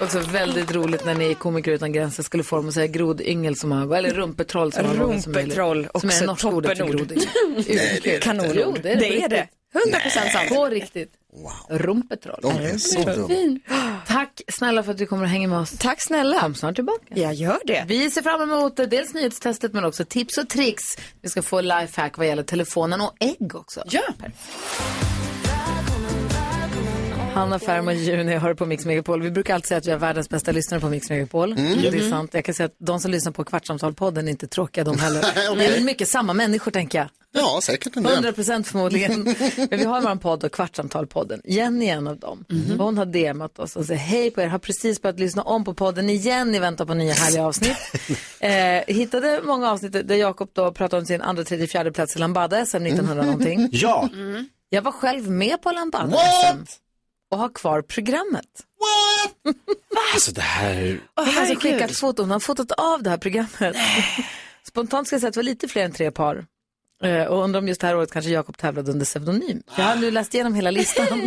S1: Också väldigt roligt när ni i Komiker utan gränser skulle få dem att säga grodyngel som har, eller rumpetroll som har roligt som möjligt.
S6: Rumpetroll,
S1: som är
S6: också
S1: det norska ordet för
S6: toppenord.
S1: grodyngel.
S6: Nej, det är det Kanon. inte.
S1: Jo, det är det.
S6: Det är det. 100% sant.
S1: På riktigt. Wow. Rumpetroll.
S6: De är så dumma.
S1: fin. Tack snälla för att du kommer och hänger med oss. Tack snälla. Kom snart tillbaka.
S6: Jag gör det.
S1: Vi ser fram emot eh, dels nyhetstestet men också tips och tricks. Vi ska få lifehack vad gäller telefonen och ägg också. Ja. Hanna Ferm och Juni hör på Mix Megapol. Vi brukar alltid säga att vi har världens bästa lyssnare på Mix Megapol.
S17: Mm.
S1: Det är sant. Jag kan säga att de som lyssnar på Kvartsamtal-podden är inte tråkiga de heller. Det är väl mycket samma människor tänker jag.
S10: Ja, säkert en
S1: 100
S10: del.
S1: procent förmodligen. Men vi har vår podd då, Kvartsamtal-podden. Jenny är en av dem. Och Hon har DMat oss och säger hej på er, har precis börjat lyssna om på podden igen, ni väntar på nya härliga avsnitt. eh, hittade många avsnitt där Jakob då pratade om sin andra, tredje, fjärde plats i Lambada SM 1900 någonting.
S2: Ja.
S1: Jag var själv med på Lambada SM och har kvar programmet.
S2: Alltså det här...
S1: Och han har skickat foton, han har fotat av det här programmet. Spontant ska jag säga att det var lite fler än tre par. Eh, Och undrar om just det här året kanske Jakob tävlade under pseudonym. Jag har nu läst igenom hela listan.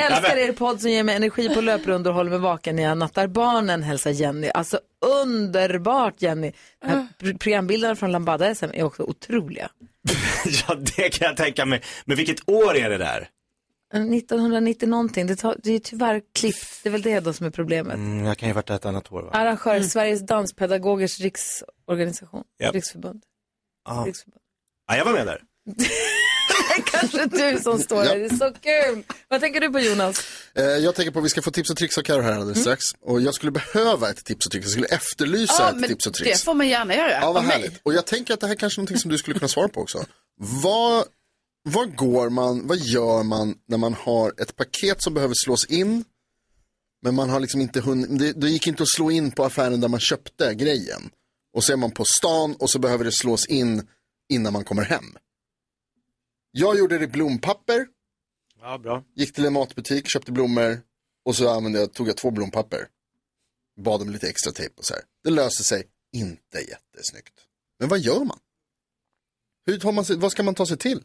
S1: Älskar er podd som ger mig energi på löprundor och håller mig vaken när jag nattar barnen, hälsar Jenny. Alltså underbart Jenny. Den här pr- Programbilderna från Lambada SM är också otroliga.
S2: Ja, det kan jag tänka mig. Men vilket år är det där?
S1: Eh, 1990 någonting, det, tar, det är ju tyvärr klippt. Det är väl det då som är problemet.
S2: Mm, jag kan ju ha varit ett annat år va?
S1: Arrangör,
S10: Mm.
S1: Sveriges danspedagogers riksorganisation,
S2: Japp.
S1: riksförbund.
S2: Ja.
S1: Riksförbund.
S2: Ja, jag var med där.
S1: Kanske du som står där, det är så kul. Vad tänker du på Jonas?
S10: Eh, Jag tänker på att vi ska få tips och tricks av Karo här alldeles strax. Och jag skulle behöva ett tips och tricks. Jag skulle efterlysa
S3: Ja,
S10: ett
S3: men
S10: tips och tricks.
S3: det får man gärna göra.
S10: Ja, vad
S3: Av mig.
S10: härligt. Och jag tänker att det här kanske är någonting som du skulle kunna svara på också. Vad, vad går man, vad gör man när man har ett paket som behöver slås in, men man har liksom inte hunnit, det, det gick inte att slå in på affären där man köpte grejen. Och så är man på stan och så behöver det slås in innan man kommer hem. Jag gjorde det i blompapper,
S2: Ja, bra.
S10: gick till en matbutik, köpte blommor och så använde jag, tog jag två blompapper. Bad om lite extra tejp och så här. Det löser sig inte jättesnyggt. Men vad gör man? Hur tar man sig, vad ska man ta sig till?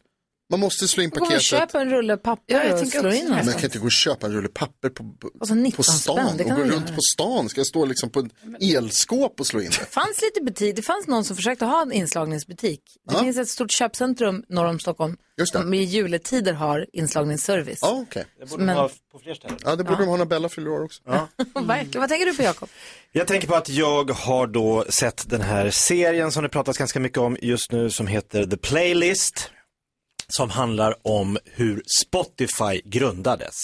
S10: Man måste slå in
S1: Gå och
S10: paketet.
S1: köp en rulle papper
S10: Ja, jag
S1: och
S10: tänker
S1: slå
S10: också
S1: in
S10: det. Men jag
S1: någonstans.
S10: kan inte gå och köpa en rulle papper på, på,
S1: Alltså, 19
S10: på
S1: spänn,
S10: stan
S1: det kan
S10: och gå
S1: man
S10: runt
S1: göra.
S10: på stan. Ska jag stå liksom på ett elskåp och slå in det?
S1: Det fanns lite butik, det fanns någon som försökte ha en inslagningsbutik. Det
S10: Ja.
S1: finns ett stort köpcentrum norr om Stockholm som i juletider har inslagningsservice.
S10: Ja, okej.
S1: Det
S2: borde
S1: Men,
S2: de ha på fler ställen.
S10: Ja, det borde de ha när Bella fyller år också.
S1: Mm. verkligen. Vad tänker du på Jakob?
S2: Jag tänker på att jag har då sett den här serien som det pratas ganska mycket om just nu som heter The Playlist. Som handlar om hur Spotify grundades.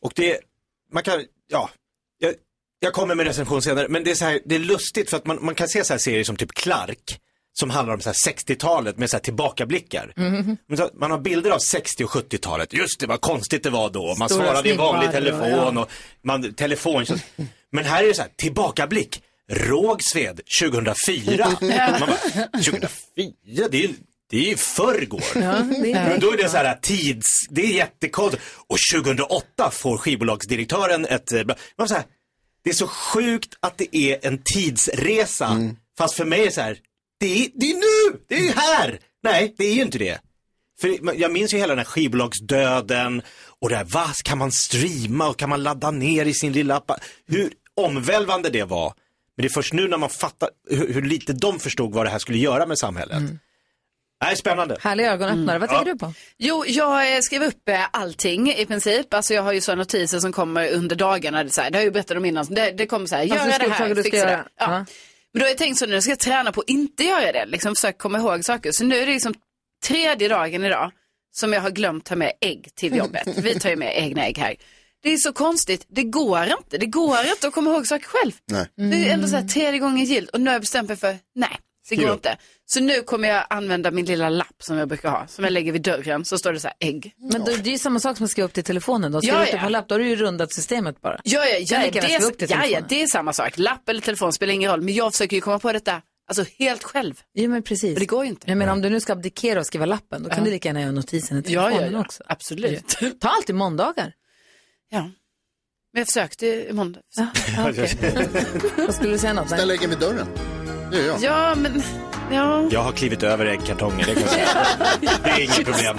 S2: Och det, man kan, ja, jag, jag kommer med recension senare, men det är så här, det är lustigt för att man, man kan se så här serier som typ Clark, som handlar om så här 60-talet med så här tillbakablickar.
S7: Mhm.
S2: Men så att Man har bilder av 60 och 70-talet, just det vad konstigt det var då, man
S7: Stora
S2: svarade i vanlig
S7: snittvaror,
S2: telefon
S7: ja.
S2: och man, telefon. så- Men här är det så här, tillbakablick, Rågsved 2004. Man bara, 2004, det är ju det är ju förrgår.
S7: Ja,
S1: Mm.
S7: det är
S2: Men då är det så här tids, det är jättekonstigt. Och 2008 får skivbolagsdirektören ett, eh, bla- man så här, det är så sjukt att det är en tidsresa. Fast för mig är det så här, det är, det är nu, det är ju här. Nej, det är ju inte det. För jag minns ju hela den här skivbolagsdöden och det här, vad kan man streama och kan man ladda ner i sin lilla app? Hur omvälvande det var. Men det är först nu när man fattar hur, hur lite de förstod vad det här skulle göra med samhället. Nej, spännande.
S1: Härliga ögonöppnare.
S2: Mm.
S1: Vad tänker
S2: Ja.
S1: du på?
S3: Jo, jag eh, skrev upp eh, allting i princip. Alltså jag har ju sådana notiser som kommer under dagarna. Det, är så här, det har jag ju berättat om innan. Det, det kommer så här,
S1: Alltså,
S3: gör jag det
S1: skrubbtaget
S3: här,
S1: du ska
S3: fixa det.
S1: göra.
S3: Ja. Men då har jag tänkt så nu ska jag träna på att inte göra det. Liksom försöka komma ihåg saker. Så nu är det liksom tredje dagen idag som jag har glömt ta med ägg till jobbet. Vi tar ju med egna ägg här. Det är så konstigt, det går inte. Det går inte att komma ihåg saker själv.
S10: Nej.
S1: Mm.
S3: Det är ändå så här tredje gången gillt och nu har jag bestämt mig för nej. Så det går inte. Så nu kommer jag använda min lilla lapp som jag brukar ha, som jag lägger vid dörren, så står det så här ägg.
S1: Men då, det är ju samma sak som att skriva upp till telefonen då. Skriver
S3: Ja,
S1: du upp
S3: ja.
S1: på en lapp, då har du ju rundat systemet bara.
S3: Ja, ja,
S1: är
S3: ja,
S1: lika
S3: det,
S1: gärna skriva upp
S3: är,
S1: till
S3: ja, ja,
S1: telefonen.
S3: det är samma sak. Lapp eller telefon spelar ingen roll, men jag försöker ju komma på detta alltså, helt själv.
S1: Jo, men precis.
S3: Det går ju inte.
S1: Jag menar om du nu ska abdikera och skriva lappen, då kan
S3: Ja.
S1: du lika gärna göra notisen
S3: Ja,
S1: i
S3: ja,
S1: telefonen
S3: ja.
S1: också.
S3: Absolut.
S1: Ta alltid måndagar.
S3: Ja. Men jag försökte i måndag.
S1: Vad skulle du säga något?
S10: Ställ äggen vid dörren. Det gör jag.
S3: Ja, men... Ja.
S2: Jag har klivit över äggkartonger, det kan jag säga. Det är inget problem.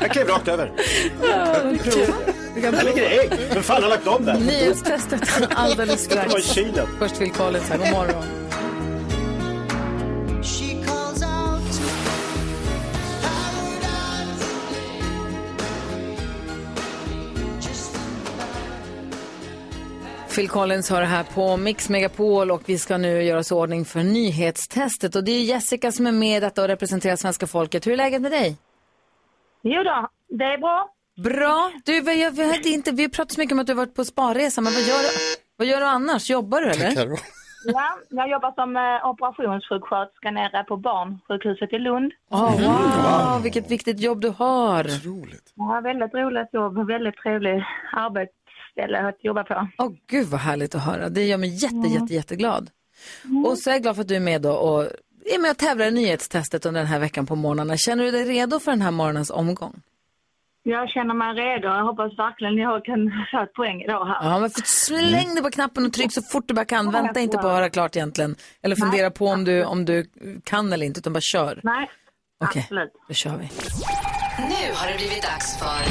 S2: Jag klev rakt över. Där ligger det ägg. Vem fan har lagt om det?
S1: Nyhetstestet alldeles strax.
S2: Det var i kylen.
S1: Först Phil Collins här, god morgon.
S8: She calls out to
S1: Phil Collins hör här på Mix Megapol och vi ska nu göra oss i ordning för nyhetstestet. Och det är Jessica som är med i detta och representerar svenska folket. Hur är läget med dig?
S19: Jo då, det är bra.
S1: Bra. Du, vad gör- vi, hade inte, vi har pratat så mycket om att du har varit på sparresa, men vad gör, du- vad gör du annars? Jobbar du eller?
S19: Ja, jag jobbar som eh, operationssjuksköterska nere på barnsjukhuset i Lund.
S1: Åh, wow, vilket viktigt jobb du har.
S19: Ja, väldigt roligt jobb, väldigt trevligt arbetsställe att jobba på. Mm.
S1: Åh Gud vad härligt att höra. Det gör mig jätte, jätte, jätteglad. Och så är jag glad för att du är med då och är med och tävlar i nyhetstestet under den här veckan på morgnarna. Känner du dig redo för den här morgonens omgång?
S19: Jag känner mig redo. Jag hoppas verkligen jag kan få ett poäng idag här.
S1: Ja, men för släng dig på knappen och tryck så fort du bara kan.
S19: Ja,
S1: Vänta
S19: jag
S1: inte på att
S19: får.
S1: höra klart egentligen. Eller fundera på om du, om du kan eller inte, utan bara kör.
S19: Nej,
S1: Okej,
S19: absolut.
S1: då kör vi.
S13: Nu har det blivit dags för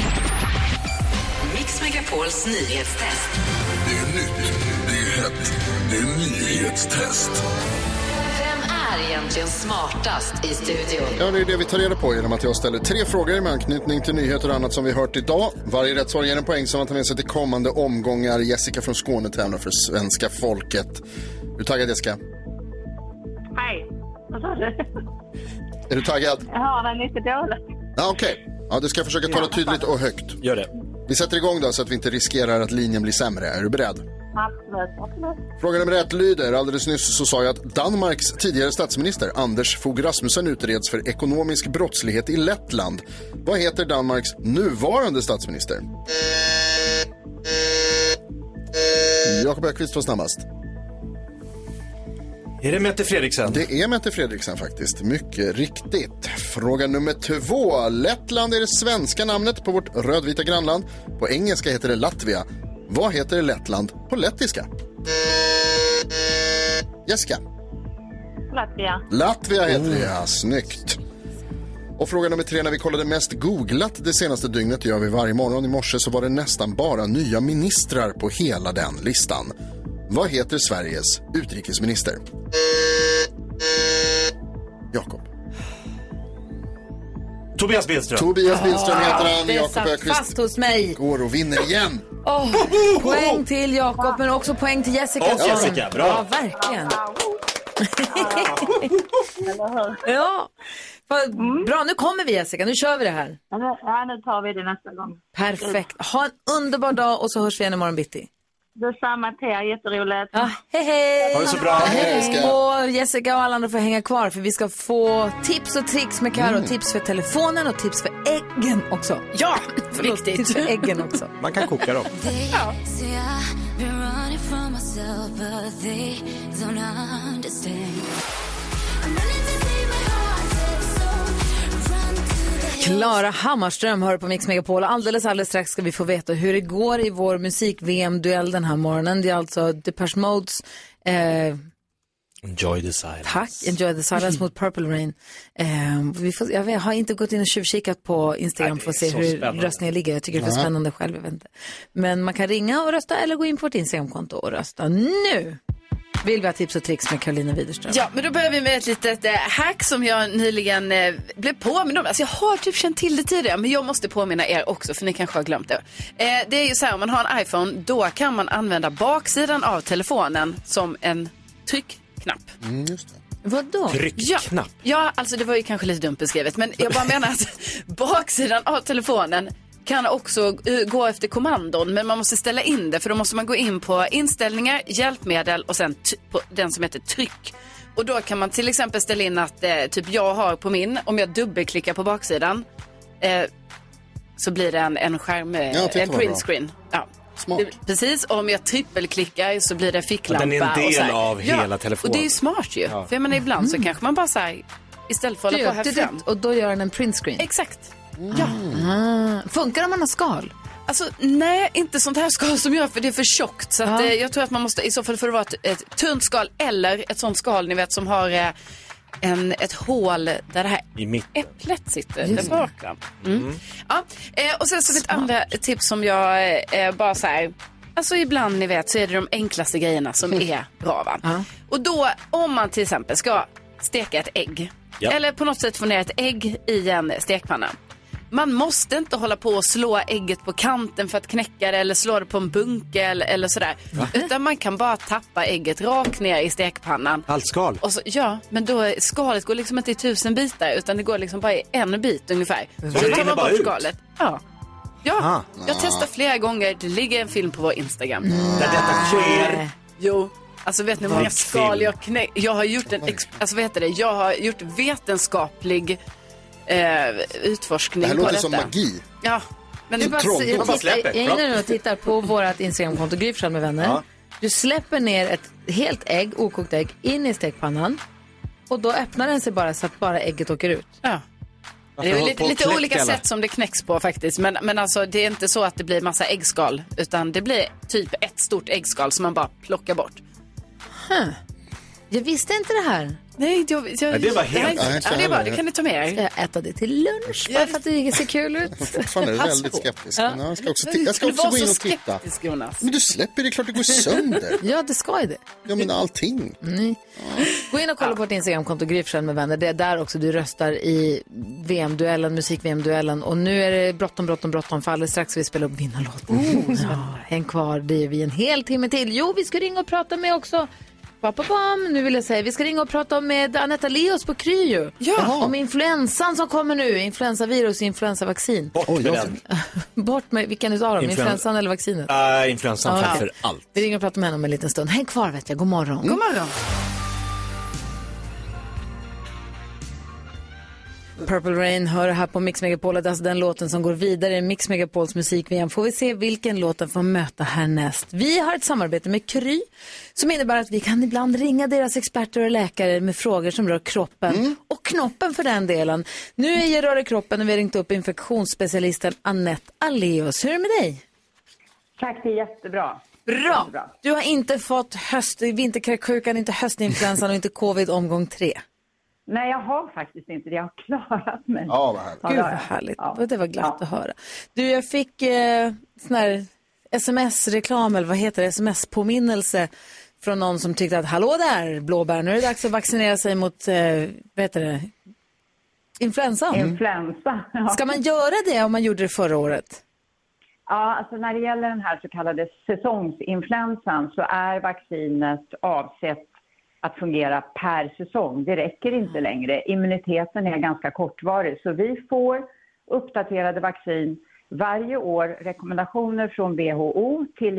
S13: Mix Megapols nyhetstest.
S8: Det är nytt, det är hett, det är nyhetstest.
S13: Vem är egentligen smartast i studion?
S10: Ja, det är det vi tar reda på genom att jag ställer tre frågor med anknytning till nyheter och annat som vi hört idag. Varje rätt svar ger en poäng som man tar med sig till kommande omgångar. Jessica från Skåne tävlar för svenska folket. Är du taggad Jessica?
S19: Hej, vad sa du?
S10: Är du taggad?
S19: Jag hör dig lite dåligt.
S10: Ja, okej. Ja, du ska försöka tala tydligt och högt.
S2: Gör det.
S10: Vi sätter igång då så att vi inte riskerar att linjen blir sämre. Är du beredd?
S19: Absolut, absolut.
S10: Fråga nummer ett lyder, alldeles nyss så sa jag att Danmarks tidigare statsminister Anders Fogh Rasmussen utreds för ekonomisk brottslighet i Lettland. Vad heter Danmarks nuvarande statsminister? Jakob Ökvist var snabbast.
S2: Är det Mette Fredriksen?
S10: Det är Mette Fredriksen faktiskt, mycket riktigt. Fråga nummer två. Lettland är det svenska namnet på vårt rödvita grannland. På engelska heter det Latvia. Vad heter Lettland på lettiska? Jessica.
S19: Latvia.
S10: Latvia heter det, ja. Snyggt. Och fråga nummer tre, när vi kollade mest googlat det senaste dygnet, det gör vi varje morgon i morse, så var det nästan bara nya ministrar på hela den listan. Vad heter Sveriges utrikesminister? Jakob.
S2: Tobias Billström.
S10: Tobias Billström heter han,
S1: det
S10: Jakob
S1: satt
S10: Öqvist
S1: fast hos mig.
S10: går och vinner igen.
S1: Åh,
S2: Oh,
S1: poäng till Jakob, men också poäng till Jessica.
S10: Och
S1: sa de.
S10: Jessica, bra.
S1: Ja, verkligen. ja, vad bra. Nu kommer vi Jessica, nu kör vi det här.
S19: Ja, nu- Ja, nu tar vi det nästa gång.
S1: Perfekt. Ha en underbar dag och så hörs vi igen imorgon bitti.
S19: Detsamma till er, jätteroligt.
S1: Ja, hej hej!
S19: Ha det så bra. Hej, Jessica.
S1: Och Jessica och alla andra får hänga kvar för vi ska få tips och tricks med Karo.
S10: Mm.
S1: Tips för telefonen och tips för äggen också.
S3: Ja,
S1: Förlåt, tips för äggen också.
S2: Man kan koka dem.
S16: They say I've been running from myself, but they don't understand. I'm running to save my heart, so run to the
S1: Klara Hammarström hör på Mix Megapol. Alldeles, alldeles strax ska vi få veta hur det går i vår musik-VM-duell den här morgonen. Det är alltså Depeche Modes eh,
S2: Enjoy the silence.
S1: Tack, Enjoy the Silence mot Purple Rain. Eh, vi får, jag, vet, jag har inte gått in och tjuvkikat på Instagram för att se
S2: så
S1: hur
S2: spännande.
S1: röstningen ligger. Jag tycker det är för
S2: Ja.
S1: spännande själv. Jag vet inte. Men man kan ringa och rösta eller gå in på vårt Instagramkonto och rösta nu. Vill vi ha tips och tricks med Karolina Widerström?
S3: Ja, men då börjar vi med ett litet eh, hack som jag nyligen eh, blev påmind om. Alltså jag har typ känt till det tidigare, men jag måste påminna er också för ni kanske har glömt det. Eh, det är ju så här, om man har en iPhone, då kan man använda baksidan av telefonen som en tryckknapp.
S10: Mm, just det.
S1: Vadå?
S3: Tryckknapp? Ja, ja, alltså det var ju kanske lite dumt beskrivet, men jag bara menar att baksidan av telefonen kan också eh, gå efter kommandon, men man måste ställa in det för då måste man gå in på inställningar, hjälpmedel och sen t- på den som heter tryck. Och då kan man till exempel ställa in att eh, typ jag har på min, om jag dubbelklickar på baksidan eh, så blir det en, en skärm, eh,
S10: Ja, titta
S3: en
S10: vad bra.
S3: printscreen. Ja. Det- Precis, och om jag trippelklickar så blir det ficklampa.
S2: Ja, den är en del
S3: och så här.
S2: av hela telefonen.
S3: Och det är ju smart ju.
S2: Ja.
S3: För jag menar ibland så kanske man bara så här, istället för att
S1: Du
S3: hålla på
S1: gör
S3: här
S1: det
S3: fram.
S1: och då gör den en printscreen?
S3: Exakt.
S1: Ja. Ah. Funkar det om man har skal?
S3: Alltså nej, inte sånt här skal som jag för det är för tjockt. Så att, eh, jag tror att man måste i så fall för att vara ett, ett tunt skal eller ett sånt skal ni vet som har eh, en, ett hål där det här
S2: I mitt.
S3: äpplet sitter.
S2: Just
S3: Den
S2: det. Mm.
S3: bakre. Ja, eh, och sen så mitt andra tips som jag eh, eh, bara så här. Alltså ibland ni vet så är det de enklaste grejerna som
S2: Mm.
S3: är bra va. Och då om man till exempel ska steka ett ägg.
S16: Ja.
S3: Eller på något sätt få ner ett ägg i en stekpanna. Man måste inte hålla på och slå ägget på kanten för att knäcka det eller slå det på en bunkel eller sådär. Utan man kan bara tappa ägget rakt ner i stekpannan.
S2: Allt skal.
S3: Och så, ja, men då är- skalet går liksom inte i tusen bitar utan det går liksom bara i en bit ungefär.
S2: Så
S3: Så
S2: det
S3: tar
S2: rinner
S3: man
S2: bara
S3: bort
S2: ut?
S3: skalet. Ja. Ja,
S2: Aha.
S3: jag testar flera gånger. Det ligger en film på vår Instagram.
S2: Där detta sker.
S3: Jo, alltså vet ni hur många
S2: Vad
S3: skal
S2: film?
S3: jag knä... Jag har gjort en, ex... alltså vad heter det, jag har gjort vetenskaplig eh, utforskning
S10: Det här
S3: på
S10: låter
S3: detta.
S10: som magi.
S3: Ja, men
S1: Du bara,
S10: Troll,
S1: jag,
S10: man bara
S1: tittar,
S10: släpper.
S1: jag är inne nu och tittar på vårt Instagramkonto, Gry Forssell med vänner.
S10: Ja.
S1: Du släpper ner ett helt ägg, okokt ägg, in i stekpannan. Och då öppnar den sig bara så att bara ägget åker ut.
S3: Ja.
S1: Varför
S3: Det är
S1: har
S3: ju
S1: du
S3: lite,
S1: Alltså, på och
S3: lite olika
S1: kläckt hela?
S3: sätt som det knäcks på faktiskt. Men, men alltså det är inte så att det blir massa äggskal. Utan det blir typ ett stort äggskal som man bara plockar bort.
S1: Jag visste inte det här.
S3: Nej, jag, jag,
S1: ja,
S3: Ja, det var det här- helt- ja, det är bra,
S1: det
S3: det kan ni ta med er.
S1: Ska jag äta det till lunch bara för att det ser kul ut?
S10: Fortfarande väldigt skeptisk. Men jag ska också, ti- jag ska
S1: Du
S10: också
S1: var
S10: gå in
S1: så
S10: och titta.
S3: skeptisk, Jonas.
S10: Men du släpper det, klart det går sönder.
S1: Ja, det ska ju det.
S10: Ja, men allting.
S1: Nej. Gå in och kolla på vårt Instagramkonto, Gry Forssell med vänner. Det är där också du röstar i VM-duellen, musik-VM-duellen. Och nu är det bråttom, bråttom, bråttom för alldeles strax ska vi spela upp vinnarlåten. ja, häng kvar, det gör vi en hel timme till. Jo, vi ska ringa och prata med också Ba, ba, bam. Nu vill jag säga, vi ska ringa och prata med Anetta Leos på Kry ju.
S16: Jaha.
S1: Om influensan som kommer nu, influensavirus, influensavaccin.
S2: Bort med den.
S1: Bort med, vilken utav dem?
S2: Influen-
S1: Influensan eller vaccinet?
S2: Äh, influensan
S1: Ja.
S2: framför allt.
S1: Vi ringer och pratar med henne om en liten stund. Häng kvar vet jag, god morgon.
S3: God morgon.
S1: Purple Rain hör här på Mix Megapol. Det är alltså den låten som går vidare i Mix Megapols musik-VM. Får vi se vilken låt den får möta härnäst. Vi har ett samarbete med Kry som innebär att vi kan ibland ringa deras experter och läkare med frågor som rör kroppen och knoppen för den delen. Nu är jag rör i kroppen och vi har ringt upp infektionsspecialisten Annette Alléus. Hur är det med dig?
S20: Tack, det är jättebra.
S1: Bra! Du har inte fått höst, vinterkräksjukan, inte höstinfluensan och inte covid omgång tre.
S20: Nej, jag har faktiskt inte det. Jag har klarat mig.
S1: Ja,
S20: vad
S1: Gud vad härligt. Det var glatt att höra. Du, jag fick eh, sån här sms-reklam, eller vad heter det, sms-påminnelse från någon som tyckte att hallå där blåbär, nu är det dags att vaccinera sig mot, eh, vad heter det, influensan.
S20: Mm. Influensa. ja.
S1: Ska man göra det om man gjorde det förra året?
S20: Ja, alltså när det gäller den här så kallade säsongsinfluensan så är vaccinet avsett att fungera per säsong. Det räcker inte
S1: Mm.
S20: längre. Immuniteten är ganska kortvarig, så vi får uppdaterade vaccin varje år, rekommendationer från WHO till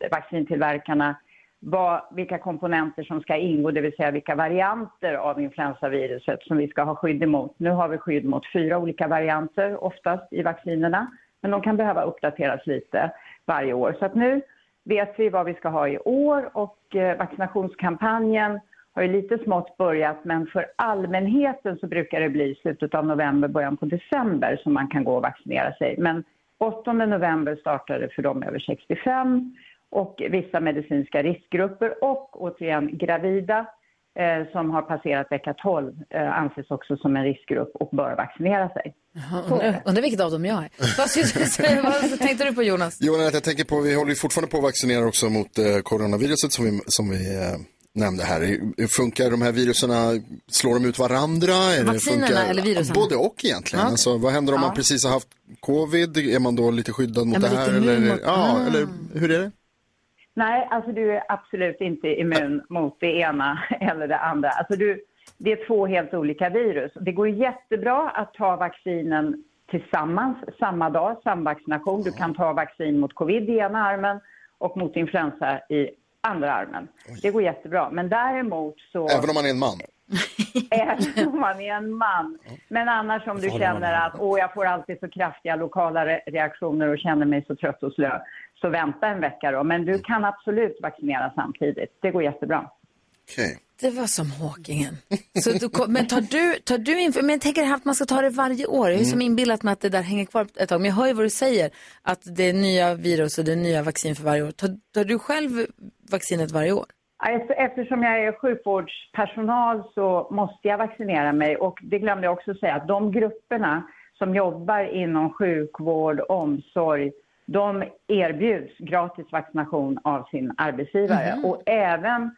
S20: influensavaccintillverkarna vad, vilka komponenter som ska ingå, det vill säga vilka varianter av influensaviruset som vi ska ha skydd emot. Nu har vi skydd mot fyra olika varianter oftast i vaccinerna, men de kan behöva uppdateras lite varje år. Så att nu vet vi vad vi ska ha i år och eh, vaccinationskampanjen har ju lite smått börjat, men för allmänheten så brukar det bli i slutet av november, början på december som man kan gå och vaccinera sig. Men 8 november startar det för de över 65 och vissa medicinska riskgrupper och återigen gravida eh, som har passerat vecka 12 eh, anses också som en riskgrupp och bör vaccinera sig.
S1: Undrar undrar vilket av dem jag är. Vad, skulle du säga, vad tänkte du på Jonas?
S10: Jonas, jag tänker på, vi håller ju fortfarande på att vaccinera också mot eh, coronaviruset som vi, som vi eh, nämnde här. Hur Funkar de här viruserna, slår de ut varandra? Är det-
S1: Vaccinerna
S10: funkar-
S1: eller virusen?
S10: Både och egentligen.
S1: Ja.
S10: Alltså, vad händer om
S1: Ja.
S10: man precis har haft covid? Är man då lite skyddad mot
S20: Är
S10: det
S20: man
S10: här?
S20: lite immun
S10: Eller,
S20: mot-
S10: ja,
S20: Ah.
S10: eller hur är det?
S20: Nej, alltså du är absolut inte immun mot det ena eller det andra. Alltså du, det är två helt olika virus. Det går jättebra att ta vaccinen tillsammans samma dag, samvaccination. Du kan ta vaccin mot covid i ena armen och mot influensa i andra armen. Det går jättebra. Men däremot så...
S10: Även om man är en man.
S20: Även om man är en man. Men annars om du
S10: Varför håller man
S20: känner att åh, jag får alltid så kraftiga lokala re- reaktioner och känner mig så trött och slö, så vänta en vecka då. Men du kan absolut vaccinera samtidigt. Det går jättebra.
S1: Det var som Håkingen. Så du, kom- men tar du, tar du inför, men jag tänker här att man ska ta det varje år. Jag är som inbillat mig att det där hänger kvar ett tag. Men jag hör ju vad du säger, att det är nya virus och det är nya vaccin för varje år. Tar, tar du själv vaccinet varje år?
S20: Ja, efter- Eftersom jag är sjukvårdspersonal så måste jag vaccinera mig och det glömde jag också säga att de grupperna som jobbar inom sjukvård, omsorg, de erbjuds gratis vaccination av sin arbetsgivare
S21: Mhm.
S20: och även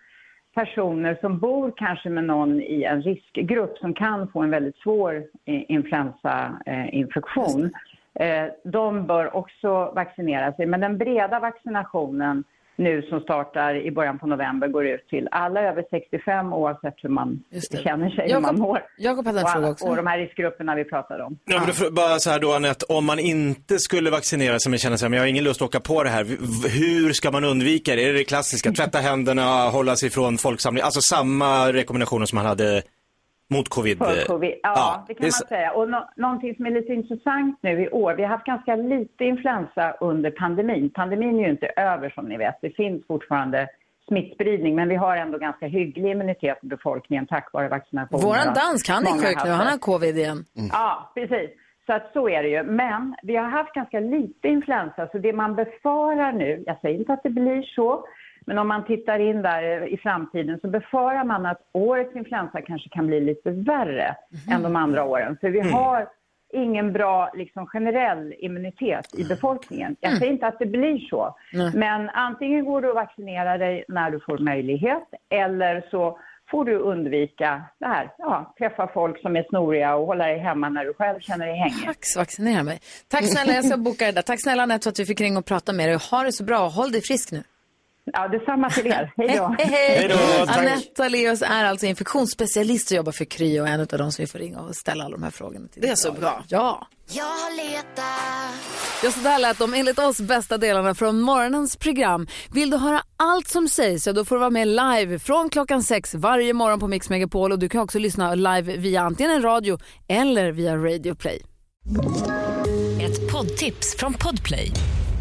S20: personer som bor kanske med någon i en riskgrupp som kan få en väldigt svår eh, influensainfektion. Eh, de bör också vaccinera sig. Men den breda vaccinationen nu som startar i början på november går ut till alla över 65 oavsett hur man känner sig, hur
S1: Jakob-
S20: man mår.
S1: Jakob hade en
S20: och,
S1: fråga också.
S20: Och de här riskgrupperna vi pratade om.
S2: Ja, men då, får- bara så här då Anette, om man inte skulle vaccinera sig men känner sig, men jag har ingen lust att åka på det här. v- v- Hur ska man undvika det? Är det det klassiska? Tvätta händerna, hålla sig ifrån folksamling. Alltså samma rekommendationer som man hade mot covid.
S20: För covid. Ja, det kan
S2: är s-
S20: man säga. Och nå- någonting som är lite intressant nu i år, vi har haft ganska lite influensa under pandemin. Pandemin är ju inte över som ni vet, det finns fortfarande smittspridning, men vi har ändå ganska hygglig immunitet i befolkningen tack vare vaccinationer.
S1: Våran
S20: Och
S1: dansk, han är
S20: många
S1: sjuk
S20: haft
S1: nu,
S20: det.
S1: han har covid igen.
S20: Ja, precis. Så att så är det ju. Men vi har haft ganska lite influensa, så det man befarar nu, jag säger inte att det blir så, men om man tittar in där i framtiden så befarar man att årets influensa kanske kan bli lite värre än de andra åren. För vi har ingen bra liksom, generell immunitet i
S1: Mm.
S20: befolkningen. Jag säger inte att det blir så, men antingen går du och vaccinerar dig när du får möjlighet eller så får du undvika det här. Ja, träffa folk som är snoriga och hålla dig hemma när du själv känner dig hängig.
S1: Tack, vaccinera mig. Tack snälla, jag ska boka det där. Tack snälla Anette för att vi fick ringa och prata med dig. Ha det så bra och håll dig frisk nu.
S20: Ja, detsamma till er. Hej då.
S1: Hej, hej.
S20: Hej då, tack.
S1: Anette Aleus är alltså infektionsspecialist och jobbar för Kry och är en av de som vi får ringa och ställa alla de här frågorna till.
S3: Det är så bra.
S1: Ja.
S16: Jag har letat.
S1: Ja, så där lät de enligt oss bästa delarna från morgonens program. Vill du höra allt som sägs, ja, då får du vara med live från klockan sex varje morgon på Mix Megapol. Och du kan också lyssna live via antingen en radio eller via Radio Play.
S18: Ett poddtips från Podplay.